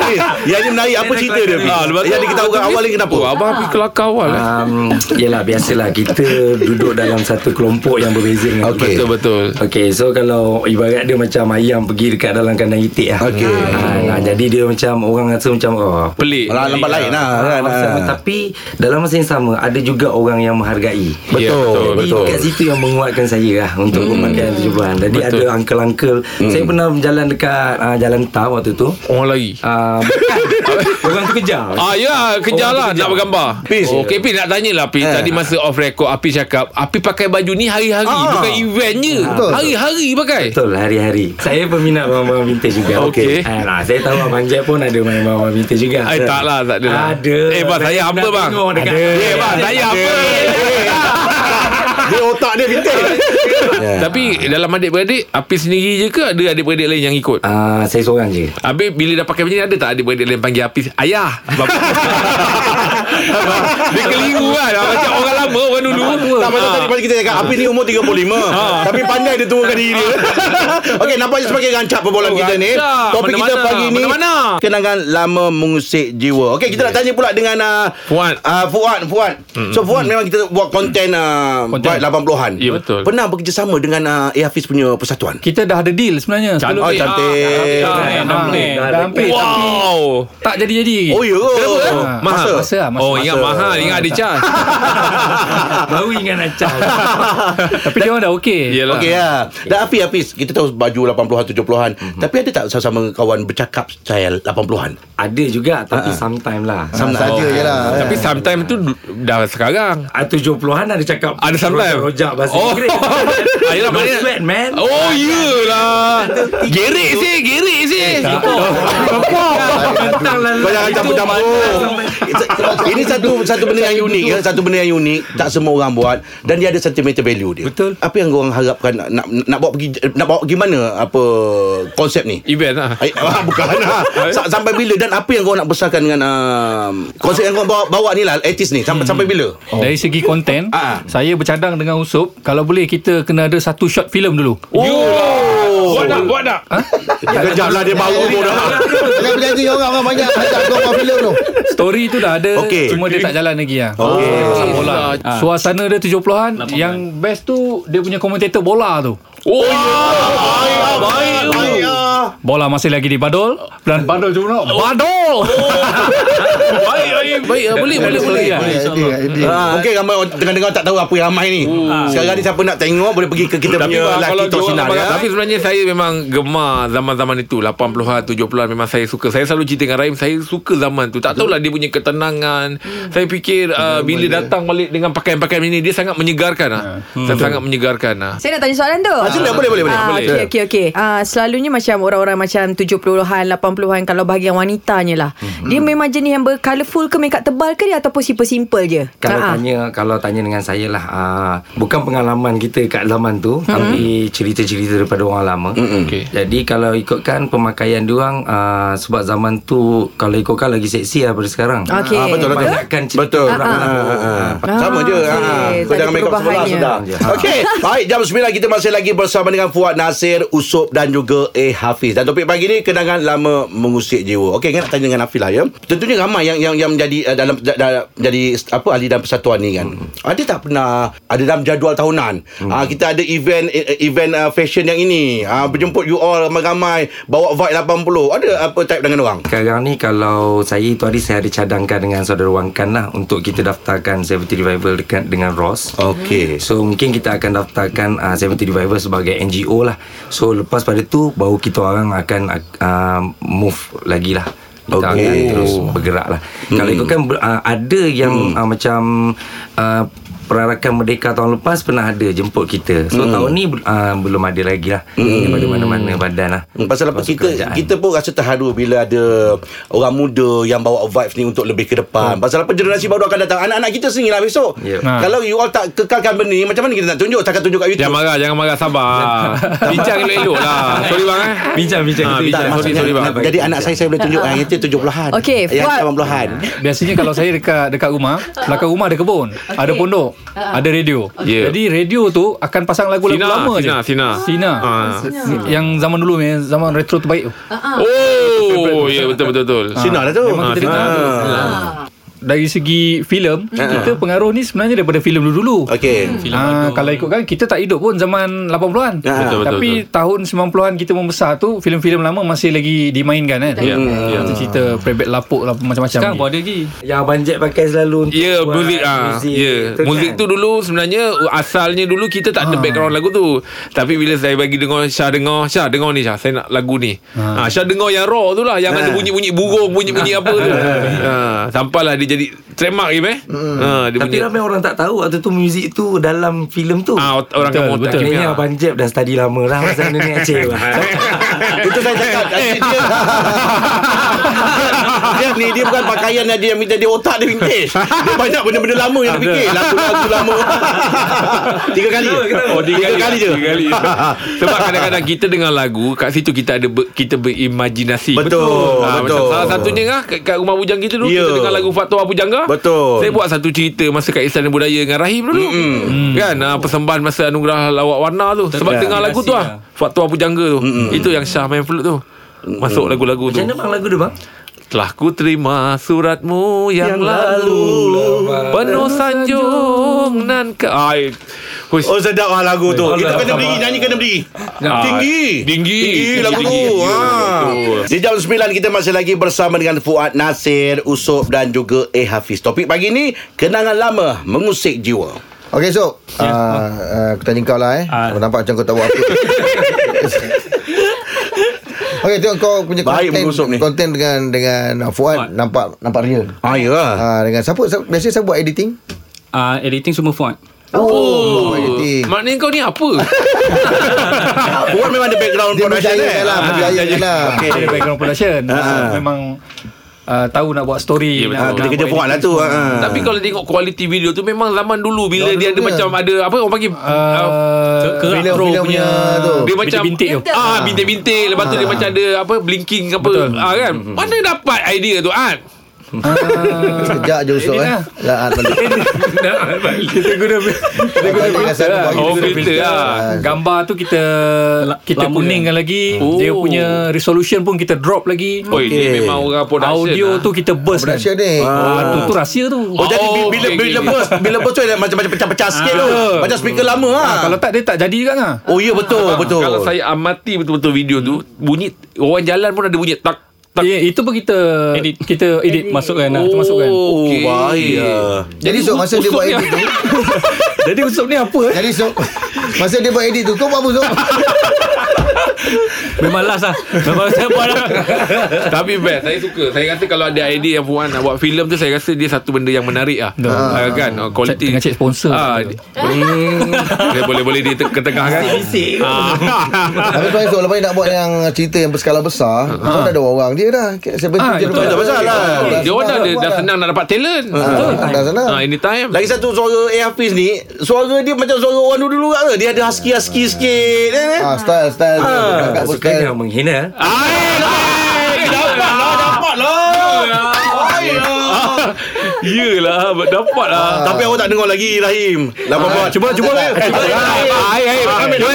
Speaker 2: Eh, Yang ni menarik Apa cerita dia
Speaker 4: Ah, lepas tu-
Speaker 2: Yang kita tahu kan, awal ni kenapa
Speaker 4: Oh, Abang pergi kelakar awal eh.
Speaker 9: Um, yelah biasalah kita duduk dalam satu kelompok yang berbeza dengan
Speaker 5: Okey.
Speaker 4: Betul betul
Speaker 9: Okay so kalau ibarat dia macam ayam pergi dekat dalam kandang itik lah
Speaker 5: Okey.
Speaker 9: ha, nah, Jadi dia macam orang rasa macam oh, apa
Speaker 4: Pelik
Speaker 2: Alah, Lambat lain lah kan?
Speaker 9: Masa sama, tapi dalam masa yang sama ada juga orang yang menghargai.
Speaker 4: Ya, betul,
Speaker 9: Jadi
Speaker 4: betul.
Speaker 9: kat situ yang menguatkan saya lah untuk hmm. pemakaian 70-an. Jadi
Speaker 4: Betul.
Speaker 9: betul. ada uncle-uncle. Hmm. Saya pernah berjalan dekat uh, Jalan Tar waktu tu.
Speaker 4: Orang lari
Speaker 9: Uh, orang tu kejar.
Speaker 4: Ah ya kejar lah Nak bergambar Pis Okay Pis nak tanya lah
Speaker 2: Ya.
Speaker 4: Pis Tadi masa off record Api cakap Api pakai baju ni hari-hari
Speaker 2: Ah.
Speaker 4: Bukan eventnya Eh, Hari-hari pakai
Speaker 9: Betul hari-hari Saya peminat barang-barang vintage juga
Speaker 4: Okey.
Speaker 9: Alah, Saya tahu Abang Jai pun ada main barang-barang vintage juga
Speaker 4: Eh tak lah Tak ada lah
Speaker 9: Ada
Speaker 4: Eh bang saya apa
Speaker 9: pernah
Speaker 4: bang
Speaker 9: tengok dekat-
Speaker 4: Eh bang saya apa
Speaker 2: Dia otak dia pintar Eh.
Speaker 4: Tapi dalam adik-beradik Api sendiri je ke Ada adik-beradik lain yang ikut
Speaker 9: Ah, Saya seorang je
Speaker 4: Habis bila dah pakai macam ni Ada tak adik-beradik lain panggil Apis Ayah Bab- Dia keliru kan Macam orang lama Orang dulu Ah.
Speaker 2: Tak pasal tadi pada kita cakap Api ni umur 35 Tapi pandai dia turunkan diri dia Okey nampaknya sebagai rancak perbualan
Speaker 4: Oh,
Speaker 2: kita ni
Speaker 4: rancak.
Speaker 2: Topik kita
Speaker 4: Mana-mana,
Speaker 2: pagi ni
Speaker 4: mana-mana.
Speaker 2: Kenangan lama mengusik jiwa Okey kita nak tanya pula dengan ah,
Speaker 4: Fuad.
Speaker 2: ah, Fuad Fuad So Fuad memang kita buat konten ah,
Speaker 10: Konten.
Speaker 2: Vibe 80-an
Speaker 4: Ya, betul.
Speaker 2: Pernah bekerjasama dengan ah, A. Hafiz punya persatuan
Speaker 10: Kita dah ada deal sebenarnya
Speaker 4: Cantik.
Speaker 2: Oh cantik
Speaker 4: Ah,
Speaker 10: Dah hampir
Speaker 9: dah
Speaker 10: Dah hampir Tapi
Speaker 4: Wow
Speaker 10: tak jadi-jadi
Speaker 2: Oh ya
Speaker 4: Kenapa eh?
Speaker 10: Ah,
Speaker 4: Mahal
Speaker 10: masa, masa, masa,
Speaker 4: Oh
Speaker 10: masa.
Speaker 4: ingat mahal Ingat ada charge
Speaker 9: Baru ingat Acah
Speaker 10: Tapi dia orang dah okey
Speaker 4: Yelah
Speaker 2: Okey lah. Dan Hafiz, Hafiz, kita tahu baju 80-an, 70-an.
Speaker 9: Mhm.
Speaker 2: Tapi ada tak sama-sama kawan bercakap style 80-an?
Speaker 9: Ada juga Tapi sometime lah
Speaker 5: Sama saja je lah
Speaker 4: Tapi
Speaker 2: ya.
Speaker 4: sometimes tu du- Dah sekarang
Speaker 9: Ah, 70-an ada cakap
Speaker 4: Ada sometime
Speaker 9: Rojak bahasa
Speaker 4: Oh
Speaker 9: Inggeris
Speaker 4: Ayolah
Speaker 9: No
Speaker 4: maknanya
Speaker 9: sweat, man. Ah,
Speaker 4: Oh yelah Ah, Gerik sih Gerik sih
Speaker 5: Eh,
Speaker 9: Tentang lah
Speaker 2: Kau jangan campur-campur Ini satu satu benda yang unik ya. Satu benda yang unik Tak semua orang buat Dan dia ada sentimental value dia
Speaker 9: Betul.
Speaker 2: Apa yang korang harapkan Nak nak, nak bawa pergi Nak bawa pergi mana Apa Konsep ni
Speaker 4: Event lah
Speaker 2: Ay, ah, bukan ah. Sa- sampai bila dan apa yang kau nak besarkan dengan um, konsep yang kau bawa, bawa ni lah artis ni
Speaker 4: Hmm.
Speaker 2: sampai sampai bila
Speaker 10: Oh. Dari segi konten
Speaker 2: Ah.
Speaker 10: Saya bercadang dengan Usop Kalau boleh kita kena ada satu short film dulu
Speaker 4: Oh Buat tak Buat tak
Speaker 2: kejap lah dia baru pun dah
Speaker 5: Jangan berjanji orang Orang banyak Macam kau buat filem tu
Speaker 10: Story tu dah ada
Speaker 2: Okey.
Speaker 10: Cuma dia tak jalan lagi lah
Speaker 2: Okey.
Speaker 10: Pasal bola Ah. Suasana dia 70-an Yang best tu Dia punya komentator bola tu
Speaker 4: Oh ya Baik Baik
Speaker 10: Bola masih lagi di Badol Dan Badol cuma nak Badol
Speaker 4: Oh. Baik Baik Baik ah, Boleh boleh boleh
Speaker 5: Idea Idea
Speaker 2: Ah, Okey ramai orang tengah-tengah tak tahu apa yang ramai ni. Sekarang ni siapa nak tengok boleh pergi ke kita
Speaker 4: Hmm. Tapi
Speaker 2: punya
Speaker 4: bang, kalau
Speaker 2: Ya, lelaki tok
Speaker 4: diorang
Speaker 2: sinar
Speaker 4: abang-
Speaker 2: ya.
Speaker 4: Tapi sebenarnya saya memang gemar zaman-zaman itu 80-an, 70-an memang saya suka. Saya selalu cerita dengan Rahim, saya suka zaman tu. Tak tahulah dia punya ketenangan.
Speaker 2: Hmm.
Speaker 4: Saya fikir uh, bila datang balik dengan pakaian-pakaian ini dia sangat menyegarkan ah.
Speaker 2: Ya.
Speaker 4: Saya sangat menyegarkan ah.
Speaker 3: Saya nak tanya soalan tu.
Speaker 2: Ah, sila, boleh, boleh, boleh. Ya.
Speaker 3: Ah,
Speaker 4: Boleh.
Speaker 3: okey okey okey. Ah selalunya macam orang-orang macam 70-an, 80-an kalau bahagian wanitanya lah.
Speaker 2: Hmm.
Speaker 3: Dia memang jenis yang bercolourful ke makeup tebal ke dia ataupun simple-simple je?
Speaker 9: kalau
Speaker 3: Ah, ah.
Speaker 9: tanya kalau tanya dengan saya lah uh, bukan pengalaman kita kat zaman tu mm-hmm. tapi cerita-cerita daripada orang lama mm-hmm.
Speaker 4: Okey.
Speaker 9: jadi kalau ikutkan pemakaian diorang uh, sebab zaman tu kalau ikutkan lagi seksi lah daripada sekarang
Speaker 3: Okey. Ah, betul,
Speaker 2: betul.
Speaker 9: banyakkan cerita
Speaker 2: Betul.
Speaker 9: orang lama
Speaker 2: Ah, Sama je
Speaker 3: okey.
Speaker 2: ha.
Speaker 3: Tak
Speaker 2: Kau jangan
Speaker 3: ada
Speaker 2: make up sebelah
Speaker 3: perubahannya.
Speaker 2: sudah Okey Baik jam 9 Kita masih lagi bersama dengan Fuad Nasir Usop dan juga A. Hafiz Dan topik pagi ni Kenangan lama mengusik jiwa Okey kan nak tanya dengan Hafiz lah ya Tentunya ramai yang yang yang menjadi uh, dalam da, da, Jadi apa ahli dalam persatuan ni kan
Speaker 3: Hmm.
Speaker 2: Ada tak pernah Ada dalam jadual tahunan Ah, Kita ada event eh, Event uh, fashion yang ini Ah, Berjemput you all ramai-ramai Bawa vibe 80 Ada apa type dengan orang
Speaker 9: Sekarang ni kalau saya itu hari saya ada cadangkan dengan saudara Wangkan lah untuk kita daftarkan 70 Revival dekat dengan Ross. Hmm.
Speaker 2: Okey
Speaker 9: So mungkin kita akan daftarkan uh, 70 Revival sebagai NGO lah. So lepas pada tu baru kita orang akan uh, move lagi lah. Kita
Speaker 2: Okey.
Speaker 9: okay. akan terus bergerak lah. Hmm. Kalau ikutkan ber- uh, ada yang hmm. uh, macam uh, Perarakan Merdeka tahun lepas pernah ada jemput kita. So hmm. tahun ni uh, belum ada lagi lah. Hmm. Daripada mana-mana badan lah.
Speaker 2: Hmm, Pasal apa
Speaker 9: Masuk
Speaker 2: kita
Speaker 9: kerajaan.
Speaker 2: kita pun rasa terharu bila ada orang muda yang bawa vibes ni untuk lebih ke depan. Hmm. Pasal apa generasi baru akan datang. Anak-anak kita sendirilah besok.
Speaker 9: Ya.
Speaker 10: Ha.
Speaker 2: Kalau you all tak kekalkan benda ni macam mana kita nak tunjuk? Takkan tunjuk kat YouTube.
Speaker 4: Jangan marah, jangan marah, sabar. Bincang elok-elok lah. Sorry bang eh.
Speaker 9: Bincang, bincang,
Speaker 4: Ah,
Speaker 9: kita
Speaker 4: bincang.
Speaker 9: bincang.
Speaker 4: Sorry, sorry bang.
Speaker 9: Nak-
Speaker 2: Jadi anak saya saya boleh
Speaker 4: Ah,
Speaker 2: tunjuk eh. yang itu 70-an.
Speaker 3: Okey,
Speaker 2: yang
Speaker 3: Fuad.
Speaker 2: 80-an.
Speaker 10: Biasanya kalau saya dekat dekat rumah Belakang rumah ada kebun Ada pondok Ada radio
Speaker 4: Ya.
Speaker 10: Jadi radio tu Akan pasang lagu-lagu
Speaker 4: Sina,
Speaker 10: lama
Speaker 4: Sina,
Speaker 10: je
Speaker 4: Sina.
Speaker 10: Sina
Speaker 4: Ah.
Speaker 10: Yang zaman dulu ni Zaman retro terbaik tu
Speaker 6: Ah.
Speaker 4: Oh, ya betul betul betul.
Speaker 2: Sinar lah tu.
Speaker 10: Memang kita
Speaker 4: Ah,
Speaker 10: dengar
Speaker 4: Sina.
Speaker 10: tu. Dari segi filem
Speaker 4: Ah.
Speaker 10: Kita pengaruh ni sebenarnya Daripada filem dulu-dulu
Speaker 2: Mm-hmm. Ha. Okey.
Speaker 10: Ah, kalau ikutkan kita tak hidup pun zaman 80-an.
Speaker 2: Ah.
Speaker 4: Betul, betul,
Speaker 10: Tapi
Speaker 4: betul.
Speaker 10: tahun 90-an kita membesar tu filem-filem lama masih lagi dimainkan kan.
Speaker 4: Ya,
Speaker 2: Hmm.
Speaker 4: ya.
Speaker 10: Kita cerita Prebet Lapuk lah macam-macam.
Speaker 11: Sekarang
Speaker 10: lagi.
Speaker 11: pun ada lagi
Speaker 5: Ya,
Speaker 9: Yang Abang Jack pakai selalu untuk
Speaker 4: Ya, yeah,
Speaker 9: buat
Speaker 4: muzik ah. Ya, yeah.
Speaker 9: Betul
Speaker 4: muzik
Speaker 9: kan?
Speaker 4: tu dulu sebenarnya uh, asalnya dulu kita tak ada background lagu tu. Tapi bila saya bagi dengar Syah dengar, Syah dengar ni Syah, saya nak lagu ni. Ha, Syah dengar yang raw tu lah yang ada bunyi-bunyi burung, bunyi-bunyi apa tu. Ha, sampailah dia jadi trademark Im eh. Ha,
Speaker 9: Hmm.
Speaker 4: dia
Speaker 9: Tapi
Speaker 4: punya.
Speaker 9: ramai orang tak tahu Waktu tu muzik tu Dalam filem tu
Speaker 4: Ah, ot- orang
Speaker 10: Betul,
Speaker 4: kamu tak
Speaker 10: betul.
Speaker 9: Ini Abang Jeb dah study lama lah Masa ni ni Aceh
Speaker 2: Itu saya cakap Asyik dia dia, dia, ni dia bukan pakaian yang dia minta dia otak dia vintage. Dia banyak benda-benda lama yang
Speaker 4: Ah,
Speaker 2: dia fikir. Lagu-lagu lama. Tiga kali. je?
Speaker 4: Oh, tiga,
Speaker 2: Tiga kali je.
Speaker 4: Tiga kali. Sebab kadang-kadang kita dengar lagu, kat situ kita ada ber, kita berimajinasi.
Speaker 2: Betul,
Speaker 4: Ah,
Speaker 2: betul.
Speaker 4: macam Salah satunya kan kat, kat rumah bujang kita dulu
Speaker 2: Ya.
Speaker 4: kita dengar lagu Fatwa Bujangga.
Speaker 2: Betul.
Speaker 4: Saya buat satu cerita masa kat Istana Budaya dengan Rahim dulu. Mm-mm. Kan ah, persembahan masa anugerah lawak warna tu. Sebab dengar lagu tu
Speaker 11: lah.
Speaker 2: ya.
Speaker 4: ah. Fatwa Bujangga tu. Mm-mm. Itu yang Syah main flute tu. Masuk lagu-lagu tu
Speaker 9: Macam mana bang lagu dia bang?
Speaker 4: Telah ku terima suratmu yang,
Speaker 2: Yang
Speaker 4: lalu, Penuh sanjung nan ke Ah, eh. Ai. Hush.
Speaker 2: Oh sedap lah lagu tu Kita kena
Speaker 4: sabar.
Speaker 2: berdiri Nyanyi kena berdiri
Speaker 4: Ah,
Speaker 2: Tinggi
Speaker 4: tinggi.
Speaker 2: Tinggi lagu tu
Speaker 4: Tinggi, tinggi,
Speaker 2: ha.
Speaker 4: betul.
Speaker 2: Di jam 9 kita masih lagi bersama dengan Fuad Nasir Usop dan juga Eh Hafiz Topik pagi ni Kenangan lama Mengusik jiwa
Speaker 5: Okay so yeah. uh, uh, Aku tanya kau lah eh
Speaker 11: Ah.
Speaker 5: uh. Nampak macam kau tak buat apa Okay tengok kau punya
Speaker 2: Baik merusuk
Speaker 5: konten,
Speaker 2: ni.
Speaker 5: konten dengan dengan Fuad nampak nampak real.
Speaker 2: Ah ya
Speaker 5: Ah dengan siapa, siapa biasanya saya buat editing?
Speaker 11: Ah, editing semua font
Speaker 5: Oh, editing.
Speaker 4: Maknanya kau ni apa?
Speaker 2: Fuad memang ada background
Speaker 5: Dia
Speaker 2: production
Speaker 5: berjaya
Speaker 2: eh
Speaker 5: lah, berjaya lah.
Speaker 2: Okey.
Speaker 10: Ada background production. Ah, Memang ah, tahu nak buat story.
Speaker 4: Ya, betul.
Speaker 10: nak-
Speaker 4: Kita
Speaker 10: nak
Speaker 2: Kerja
Speaker 10: buat
Speaker 2: Fuad lah tu ha.
Speaker 4: Tapi kalau tengok kualiti video tu memang zaman dulu bila dia
Speaker 10: kan?
Speaker 4: ada
Speaker 5: dulu
Speaker 4: macam ada apa orang panggil
Speaker 10: Ah, Uh,
Speaker 4: uh,
Speaker 11: Kerak
Speaker 5: Bila
Speaker 11: pro
Speaker 5: bila
Speaker 11: punya
Speaker 5: punya tu.
Speaker 4: dia macam
Speaker 10: bintik tu. Ah.
Speaker 4: Ah bintik-bintik lepas tu dia macam ada apa blinking ke apa. Ah
Speaker 2: Hmm,
Speaker 4: kan. Mana dapat idea tu ah?
Speaker 5: Sekejap je usut eh.
Speaker 10: Editing
Speaker 5: Lah balik.
Speaker 10: kita guna kita guna
Speaker 5: Balik dengan
Speaker 10: filter
Speaker 5: saya,
Speaker 10: lah.
Speaker 5: bagi
Speaker 4: Oh,
Speaker 10: Kita guna
Speaker 4: filter lah.
Speaker 2: kan.
Speaker 10: Gambar tu kita kita
Speaker 11: lama
Speaker 10: kuningkan lagi. Dia
Speaker 4: Oh.
Speaker 10: punya resolution pun kita drop lagi.
Speaker 4: Oi, dia memang orang production.
Speaker 10: Audio
Speaker 4: lah.
Speaker 10: tu kita burst kan.
Speaker 5: Production ni.
Speaker 10: Ah, tu, tu rahsia tu.
Speaker 2: Oh, jadi bi-
Speaker 4: Oh,
Speaker 2: bila
Speaker 4: okey,
Speaker 2: bila
Speaker 4: okey.
Speaker 2: burst, bila burst tu ada macam-macam pecah-pecah
Speaker 4: Ah.
Speaker 2: sikit tu. Macam speaker lama ah.
Speaker 10: Ah, kalau tak dia tak jadi ah. juga ngah.
Speaker 2: Oh ya betul, betul.
Speaker 4: Ah, Kalau saya amati betul-betul video tu bunyi orang jalan pun ada bunyi tak tak.
Speaker 10: Ya, itu pun kita edit. Eh, kita edit masukkan lah, kita masukkan.
Speaker 2: Oh,
Speaker 4: Okey.
Speaker 2: bahaya.
Speaker 5: Jadi so masa
Speaker 4: usut
Speaker 5: dia buat
Speaker 4: ni-
Speaker 5: edit tu,
Speaker 10: Jadi usop ni apa eh?
Speaker 5: jadi so masa dia buat edit tu kau buat apa so?
Speaker 11: Memang last lah Memang saya buat lah
Speaker 4: Tapi best Saya suka Saya rasa kalau ada idea yang Puan nak buat filem tu Saya rasa dia satu benda yang menarik lah ah, Kan ah, Quality
Speaker 10: Cek- tengah cek sponsor.
Speaker 4: ah, di- Dia boleh-boleh dia te- ketengahkan Ah.
Speaker 5: Tapi kau esok lepas ni nak buat yang cerita yang berskala besar,
Speaker 4: Ha.
Speaker 5: kau dah ada orang dia dah. Siapa
Speaker 10: Ah,
Speaker 5: dia
Speaker 10: betul,
Speaker 5: buat.
Speaker 2: tak pasal lah.
Speaker 5: Dah
Speaker 4: Dia orang dah, dah,
Speaker 5: senang
Speaker 4: dah
Speaker 5: nak buat
Speaker 4: senang nak dapat talent
Speaker 5: Betul. Dah senang.
Speaker 4: ah, Anytime
Speaker 2: Lagi satu suara A Hafiz ni, suara dia macam suara orang dulu-dulu lah. Dia ada husky-husky sikit. Eh, eh.
Speaker 5: Ah, style style. Kakak
Speaker 9: Tak
Speaker 5: pun
Speaker 9: suka
Speaker 5: style.
Speaker 9: dia menghina
Speaker 4: Ay, dapat lah Dapat lah Yelah Dapat lah
Speaker 2: Ah. Tapi awak tak dengar lagi Rahim. Lama buat. Cuba cuba lah.
Speaker 4: Air Air Air Air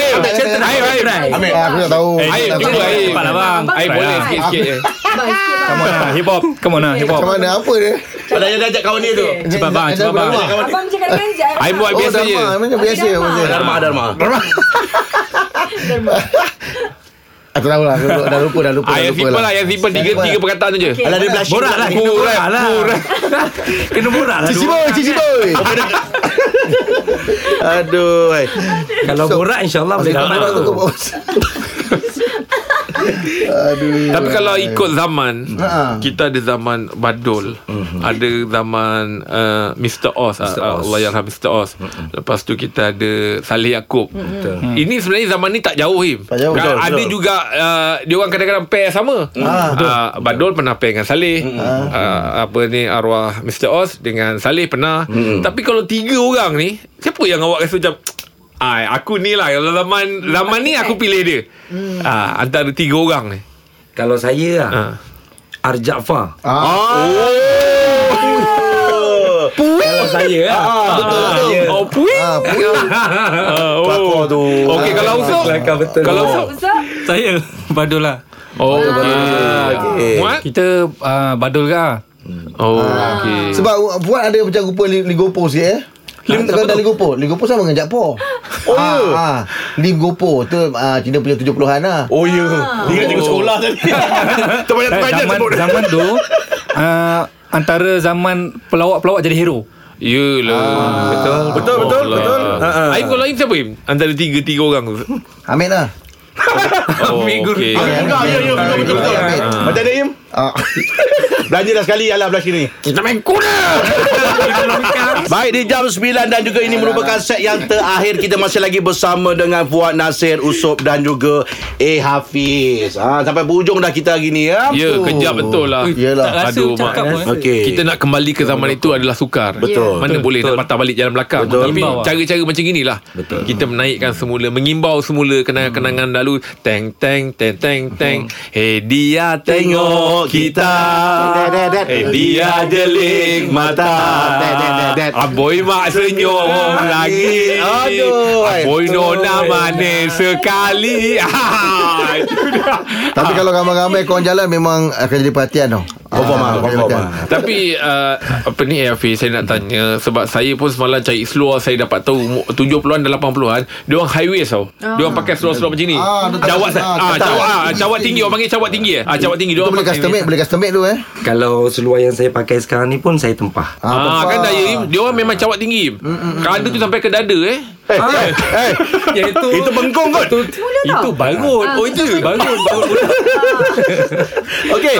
Speaker 4: Air
Speaker 5: Ambil. Ah, aku tak tahu.
Speaker 4: Air
Speaker 5: Aku tak
Speaker 4: Cuba
Speaker 5: tahu.
Speaker 4: Air
Speaker 11: Dapat lah bang
Speaker 4: Air boleh sikit-sikit je.
Speaker 3: Bang, sikit bang.
Speaker 10: Come on lah, hip hop. Come on lah, hip hop.
Speaker 5: Macam mana apa dia?
Speaker 2: Ada yang ajak kawan dia tu.
Speaker 11: Cepat bang Cepat bang
Speaker 3: Abang cakap dengan Jai.
Speaker 4: Air buat
Speaker 5: Oh,
Speaker 4: biasa je
Speaker 5: Dharma. Macam biasa.
Speaker 3: Dharma.
Speaker 5: macam-
Speaker 2: Dharma Dharma.
Speaker 5: Ah, tak tahu lah. Aku Dah lupa, dah lupa.
Speaker 4: Ah,
Speaker 5: dah
Speaker 4: yang
Speaker 5: lupa
Speaker 4: simple lah Yang simple Tiga,
Speaker 5: Simple
Speaker 4: tiga
Speaker 5: lah.
Speaker 4: perkataan tu je
Speaker 2: Alah dia blushing.
Speaker 11: Borak lah Kena borak lah Kena borak lah
Speaker 5: Cici boy, cici boy.
Speaker 2: Aduh. eh.
Speaker 9: Kalau borak insyaAllah boleh dapat
Speaker 5: Aku tak buat. Aduh.
Speaker 4: Tapi kalau ikut zaman Kita ada zaman Badul Ada zaman uh, Mr. Oz Mr. Allah yang Mr. Oz Lepas tu kita ada Saleh Yaakob Hmm. Ini sebenarnya zaman ni tak jauh Him
Speaker 5: Tak jauh,
Speaker 4: Kan,
Speaker 5: betul,
Speaker 4: Ada
Speaker 2: betul.
Speaker 4: juga uh, Dia orang kadang-kadang pair sama Ah, Badul pernah pair dengan Saleh Ah, Apa ni Arwah Mr. Oz Dengan Saleh pernah Tapi kalau tiga orang ni Siapa yang awak rasa macam Ah, aku ni lah Kalau zaman Zaman ni aku pilih dia ah, Antara tiga orang ni
Speaker 9: Kalau ah, saya lah
Speaker 4: ah.
Speaker 9: Arjafar
Speaker 5: Ah.
Speaker 2: Oh.
Speaker 11: Kalau saya lah.
Speaker 9: Ah,
Speaker 4: Ya. Ah,
Speaker 2: betul, betul.
Speaker 11: Oh, puing. Oh.
Speaker 2: Kelakor tu.
Speaker 4: Okey kalau usuk
Speaker 9: Kelakar betul.
Speaker 4: Kalau usuk
Speaker 11: Saya badul lah.
Speaker 4: Oh okey.
Speaker 10: Ah,
Speaker 4: Muat
Speaker 10: Kita uh, badul ke ah?
Speaker 4: Oh okey.
Speaker 5: Sebab awak- Fuad ada macam rupa li- ligopo sikit eh
Speaker 2: Ha,
Speaker 5: Lim, kau dah ligopo Ligopo sama dengan Jakpo Oh
Speaker 2: ya?
Speaker 5: ha, ha. Ligopo tu ah, Cina punya 70-an lah
Speaker 2: Oh ya
Speaker 10: Ah.
Speaker 2: Dia kat cikgu sekolah tadi Tak
Speaker 10: Eh,
Speaker 2: banyak-banyak
Speaker 10: zaman,
Speaker 2: sebut
Speaker 10: zaman tu uh, antara zaman pelawak-pelawak jadi hero.
Speaker 4: Yelah Betul
Speaker 2: Betul, betul, betul. Ha, ha.
Speaker 4: lah. Oh, Aim kalau Aim siapa Aim? Antara tiga-tiga orang tu
Speaker 5: Amin lah
Speaker 4: Oh okey.
Speaker 2: Ya, ya, ya, betul, betul, betul. Macam mana Im? Belanja dah sekali Alah belah sini
Speaker 4: Kita main kuda
Speaker 2: Baik di jam 9 dan juga ini merupakan set yang terakhir kita masih lagi bersama dengan Fuad Nasir Usop dan juga Eh Hafiz. Ha sampai hujung dah kita hari ni ya. Eh,
Speaker 4: Ya kejap betul lah
Speaker 5: Yelah.
Speaker 11: Tak rasa
Speaker 4: Aduh,
Speaker 11: cakap
Speaker 4: Mak. eh.
Speaker 11: pun.
Speaker 2: Okey.
Speaker 4: Kita nak kembali ke zaman itu adalah sukar.
Speaker 3: Betul.
Speaker 4: Mana boleh nak patah balik jalan belakang.
Speaker 2: Betul.
Speaker 4: Tapi
Speaker 11: Mengimbau lah.
Speaker 4: cara-cara macam inilah. Betul. Kita menaikkan semula, mengimbau semula kenangan-kenangan lalu. Teng teng teng teng teng. Hey dia tengok kita. Hey dia jeling mata. Aboy mak senyum lagi.
Speaker 2: Aduh,
Speaker 4: Aboy nona manis sekali. Ah, itu dah.
Speaker 5: Tapi
Speaker 10: Ah.
Speaker 5: kalau ramai-ramai korang jalan Memang akan jadi perhatian tau
Speaker 2: Confirm ah, confirm ah.
Speaker 4: Tapi uh, Apa ni Afi Saya nak tanya Sebab saya pun semalam Cari seluar Saya dapat tahu umur 70-an dan 80-an Diorang high waist tau Diorang pakai seluar-seluar macam ni
Speaker 5: Ah, betul.
Speaker 4: Cawat
Speaker 2: lah.
Speaker 5: Ah,
Speaker 4: ah,
Speaker 5: betul.
Speaker 4: Cawat ah, cawat tinggi Orang panggil cawat tinggi eh ah, Cawat tinggi
Speaker 5: Itu
Speaker 4: Diorang
Speaker 5: boleh custom made Boleh custom made tu eh
Speaker 9: Kalau seluar yang saya pakai sekarang ni pun saya tempah.
Speaker 4: Ah, kan daya dia orang memang cawat tinggi.
Speaker 2: Mm,
Speaker 4: Kada tu sampai ke dada eh.
Speaker 2: Eh, eh, eh.
Speaker 11: Ya, itu
Speaker 2: Itu bengkung kot.
Speaker 11: Itu, itu bangun. Oh, itu bangun. bangun.
Speaker 2: Okey.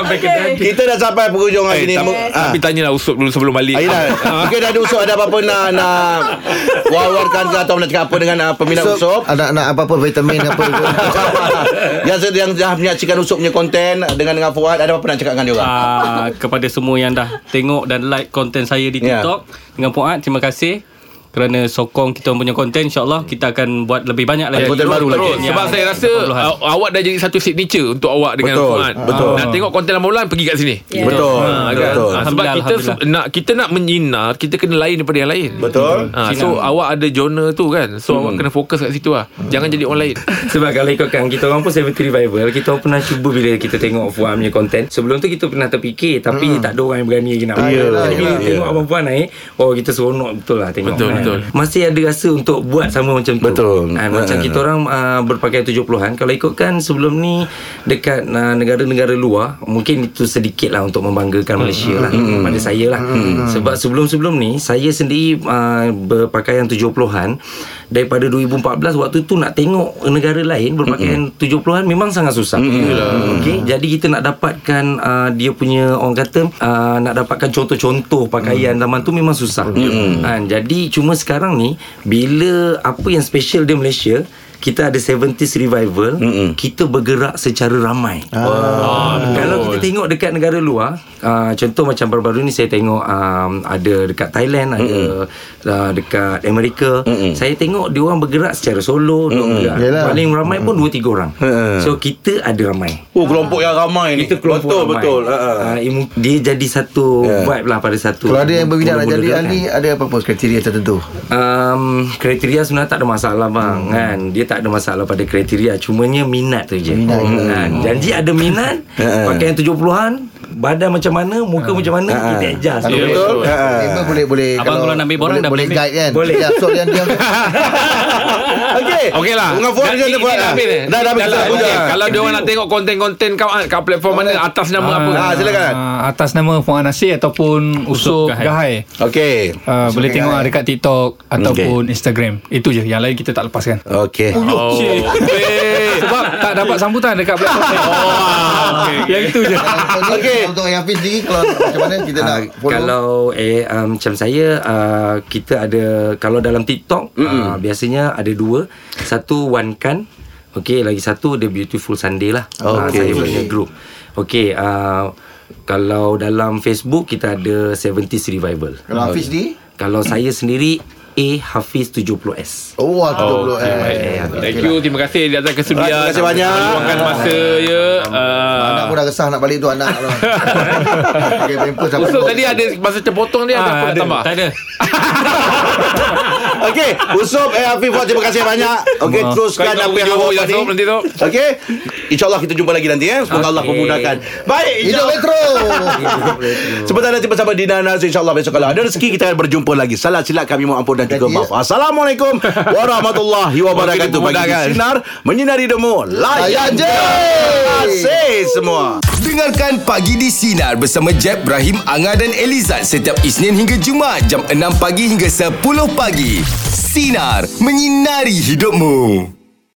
Speaker 2: Kita dah sampai penghujung hari
Speaker 4: Eh,
Speaker 2: ni.
Speaker 4: tapi,
Speaker 2: Ah.
Speaker 4: tapi tanyalah Usop dulu sebelum balik. Ah.
Speaker 2: Ayolah Mungkin Ah, ada usop Ada apa-apa nak Nak Wawarkan ke Atau nak cakap apa Dengan uh, peminat
Speaker 5: So,
Speaker 2: usop
Speaker 5: Ada nak apa-apa vitamin Ah, apa tu
Speaker 2: yang, se- yang dah menyaksikan usop punya konten Dengan dengan Fuad Ada apa-apa nak cakap dengan dia orang
Speaker 11: Ah, kepada semua yang dah tengok dan like konten saya di
Speaker 2: Ya.
Speaker 11: TikTok dengan Puat terima kasih kerana sokong kita punya konten insyaallah kita akan buat lebih banyak lagi
Speaker 2: Ada konten baru
Speaker 4: ya,
Speaker 2: lagi.
Speaker 4: Terus,
Speaker 7: Ya.
Speaker 4: sebab saya rasa uh, awak dah jadi satu signature untuk awak dengan
Speaker 2: Betul, Ah.
Speaker 4: Fuad.
Speaker 2: betul.
Speaker 4: Nak tengok konten lama bulan pergi kat sini.
Speaker 3: Ya.
Speaker 2: Betul
Speaker 4: Ha, kan?
Speaker 2: Betul
Speaker 4: Ha, sebab kita
Speaker 11: Alhamdulillah.
Speaker 4: se- nak kita nak menyinar, kita kena lain daripada yang lain.
Speaker 2: Betul
Speaker 4: Ha, so awak ada genre tu kan. So awak kena fokus kat situ lah. Jangan jadi orang lain.
Speaker 9: Sebab kalau ikutkan kita orang pun 70 revival, kita orang pernah cuba bila kita tengok Fuad punya konten. Sebelum tu kita pernah terfikir tapi tak ada orang yang berani lagi nak.
Speaker 2: Iyalah,
Speaker 9: Jadi bila
Speaker 2: iyalah.
Speaker 9: tengok abang Fuad naik, oh kita seronok betul lah tengok.
Speaker 4: Betul,
Speaker 9: kan.
Speaker 4: betul.
Speaker 9: Masih ada rasa untuk buat sama macam tu.
Speaker 2: Betul.
Speaker 9: Ha, macam
Speaker 2: Ha.
Speaker 9: kita orang uh, berpakaian 70-an. Kalau ikutkan sebelum ni dekat uh, negara-negara luar, mungkin itu sedikit lah untuk membanggakan Malaysia lah. Pada saya lah. Sebab sebelum-sebelum ni saya sendiri uh, berpakaian 70-an daripada 2014 waktu tu nak tengok negara lain berpakaian 70-an memang sangat susah. Hmm. Okey, jadi kita nak dapatkan uh, dia punya orang kata uh, nak dapatkan contoh-contoh pakaian zaman tu memang susah. Ha, jadi cuma sekarang ni bila apa yang special dia Malaysia kita ada 70s revival mm kita bergerak secara ramai. Ah, kalau kita tengok dekat negara luar, uh, contoh macam baru-baru ni saya tengok um, ada dekat Thailand, ada uh, dekat Amerika. mm Saya tengok dia orang bergerak secara solo, dia orang bergerak.
Speaker 5: Yalah.
Speaker 9: Paling ramai pun 2 3 orang.
Speaker 2: Mm.
Speaker 9: So kita ada ramai.
Speaker 2: Oh kelompok yang ramai ni
Speaker 9: Kita kelompok
Speaker 2: Betul
Speaker 9: ramai.
Speaker 2: betul ha, ha.
Speaker 9: Ah, imu- dia jadi satu
Speaker 2: Ya.
Speaker 9: vibe lah pada satu.
Speaker 5: Kalau ada yang berminat nak
Speaker 9: mula-mula
Speaker 5: jadi
Speaker 9: tu kan.
Speaker 5: ahli Ada apa-apa kriteria tertentu
Speaker 9: Um, kriteria sebenarnya tak ada masalah bang hmm. kan. Dia tak ada masalah pada kriteria, cumanya minat tu je. Minat. Kan? Janji ada minat,
Speaker 5: Ha.
Speaker 9: pakaian 70-an, badan macam mana, muka macam mana, kita adjust.
Speaker 5: Kalau
Speaker 4: Ya, betul.
Speaker 5: boleh, boleh, boleh, Ha. boleh.
Speaker 11: Abang kalau nak ambil borang,
Speaker 5: Eh, boleh,
Speaker 11: dah
Speaker 5: boleh
Speaker 11: ambil.
Speaker 5: guide kan.
Speaker 9: Boleh.
Speaker 5: Ya, so dia dia.
Speaker 2: Okey
Speaker 4: Okey lah.
Speaker 2: Dengan Fuad
Speaker 4: Dan
Speaker 2: kita
Speaker 4: ini
Speaker 2: dah buat
Speaker 4: dah
Speaker 2: dah
Speaker 4: habis eh?
Speaker 2: Dah dah habis kita
Speaker 4: lah,
Speaker 2: punya.
Speaker 4: okey. Kalau dia orang nak tengok konten-konten kau ah, kat platform mana atas nama apa?
Speaker 2: Ah, silakan.
Speaker 10: Uh, atas nama Fuad Nasir ataupun
Speaker 11: Usop
Speaker 10: Usop
Speaker 11: Gahai.
Speaker 10: Gahai.
Speaker 2: Okey
Speaker 10: Uh, boleh
Speaker 5: Gahai.
Speaker 10: tengok lah dekat TikTok ataupun Instagram. Itu je. Yang lain kita tak kan. lepaskan.
Speaker 2: Okey
Speaker 4: Oh. weh.
Speaker 10: Sebab tak dapat sambutan dekat platform saya.
Speaker 11: Ah.
Speaker 4: Ah, okey,
Speaker 10: Yang itu je.
Speaker 5: Okey. Untuk yang Hafiz sendiri kalau macam mana kita nak
Speaker 9: Ah,
Speaker 5: follow.
Speaker 9: kalau eh um, macam saya uh, kita ada kalau dalam TikTok uh, biasanya ada dua satu One Kan okey lagi satu The Beautiful Sunday lah Ah,
Speaker 2: Okey.
Speaker 9: saya punya group okey uh, kalau dalam Facebook kita ada 70s Revival
Speaker 5: kalau Hafiz sendiri
Speaker 9: kalau saya sendiri A Hafiz 70S.
Speaker 5: Oh,
Speaker 9: oh
Speaker 5: 70S.
Speaker 4: Thank you Terima kasih Dia datang kesudian
Speaker 5: Terima kasih banyak.
Speaker 4: Luangkan masa ya
Speaker 5: Anak
Speaker 4: Ah.
Speaker 5: pun Ah, dah kesah nak balik tu anak. Okay, pampers sampai
Speaker 4: Usop
Speaker 5: box.
Speaker 4: tadi ada Masa terpotong dia Ada apa nak tambah
Speaker 11: Tak ada
Speaker 2: Okey, Usop eh Afif Wak, terima kasih banyak. Okey,
Speaker 4: Maaf.
Speaker 2: teruskan
Speaker 4: Kau
Speaker 2: apa yang
Speaker 4: jauh,
Speaker 2: awak
Speaker 4: jauh,
Speaker 2: buat
Speaker 4: jauh nanti
Speaker 2: ni.
Speaker 4: tu.
Speaker 2: Okey. InsyaAllah kita jumpa lagi nanti eh. Semoga Allah
Speaker 4: Okey.
Speaker 2: memudahkan. Baik,
Speaker 5: Hidup
Speaker 2: insyaAllah.
Speaker 5: retro.
Speaker 2: Sebentar nanti bersama Dina Nazir InsyaAllah besok kalau ada rezeki Kita akan berjumpa lagi Salah silap kami mohon ampun dan juga maaf Assalamualaikum Warahmatullahi wabarakatuh Bagi di
Speaker 4: Dimudahkan.
Speaker 2: Sinar Menyinari Demo Layan
Speaker 5: Layan
Speaker 2: je
Speaker 5: je.
Speaker 2: Terima kasih semua
Speaker 10: Kan
Speaker 1: Dengarkan Pagi di Sinar bersama Jeb, Ibrahim, Anga dan Elizad setiap Isnin hingga Jumaat jam 6 pagi hingga 10 pagi. Sinar, menyinari hidupmu.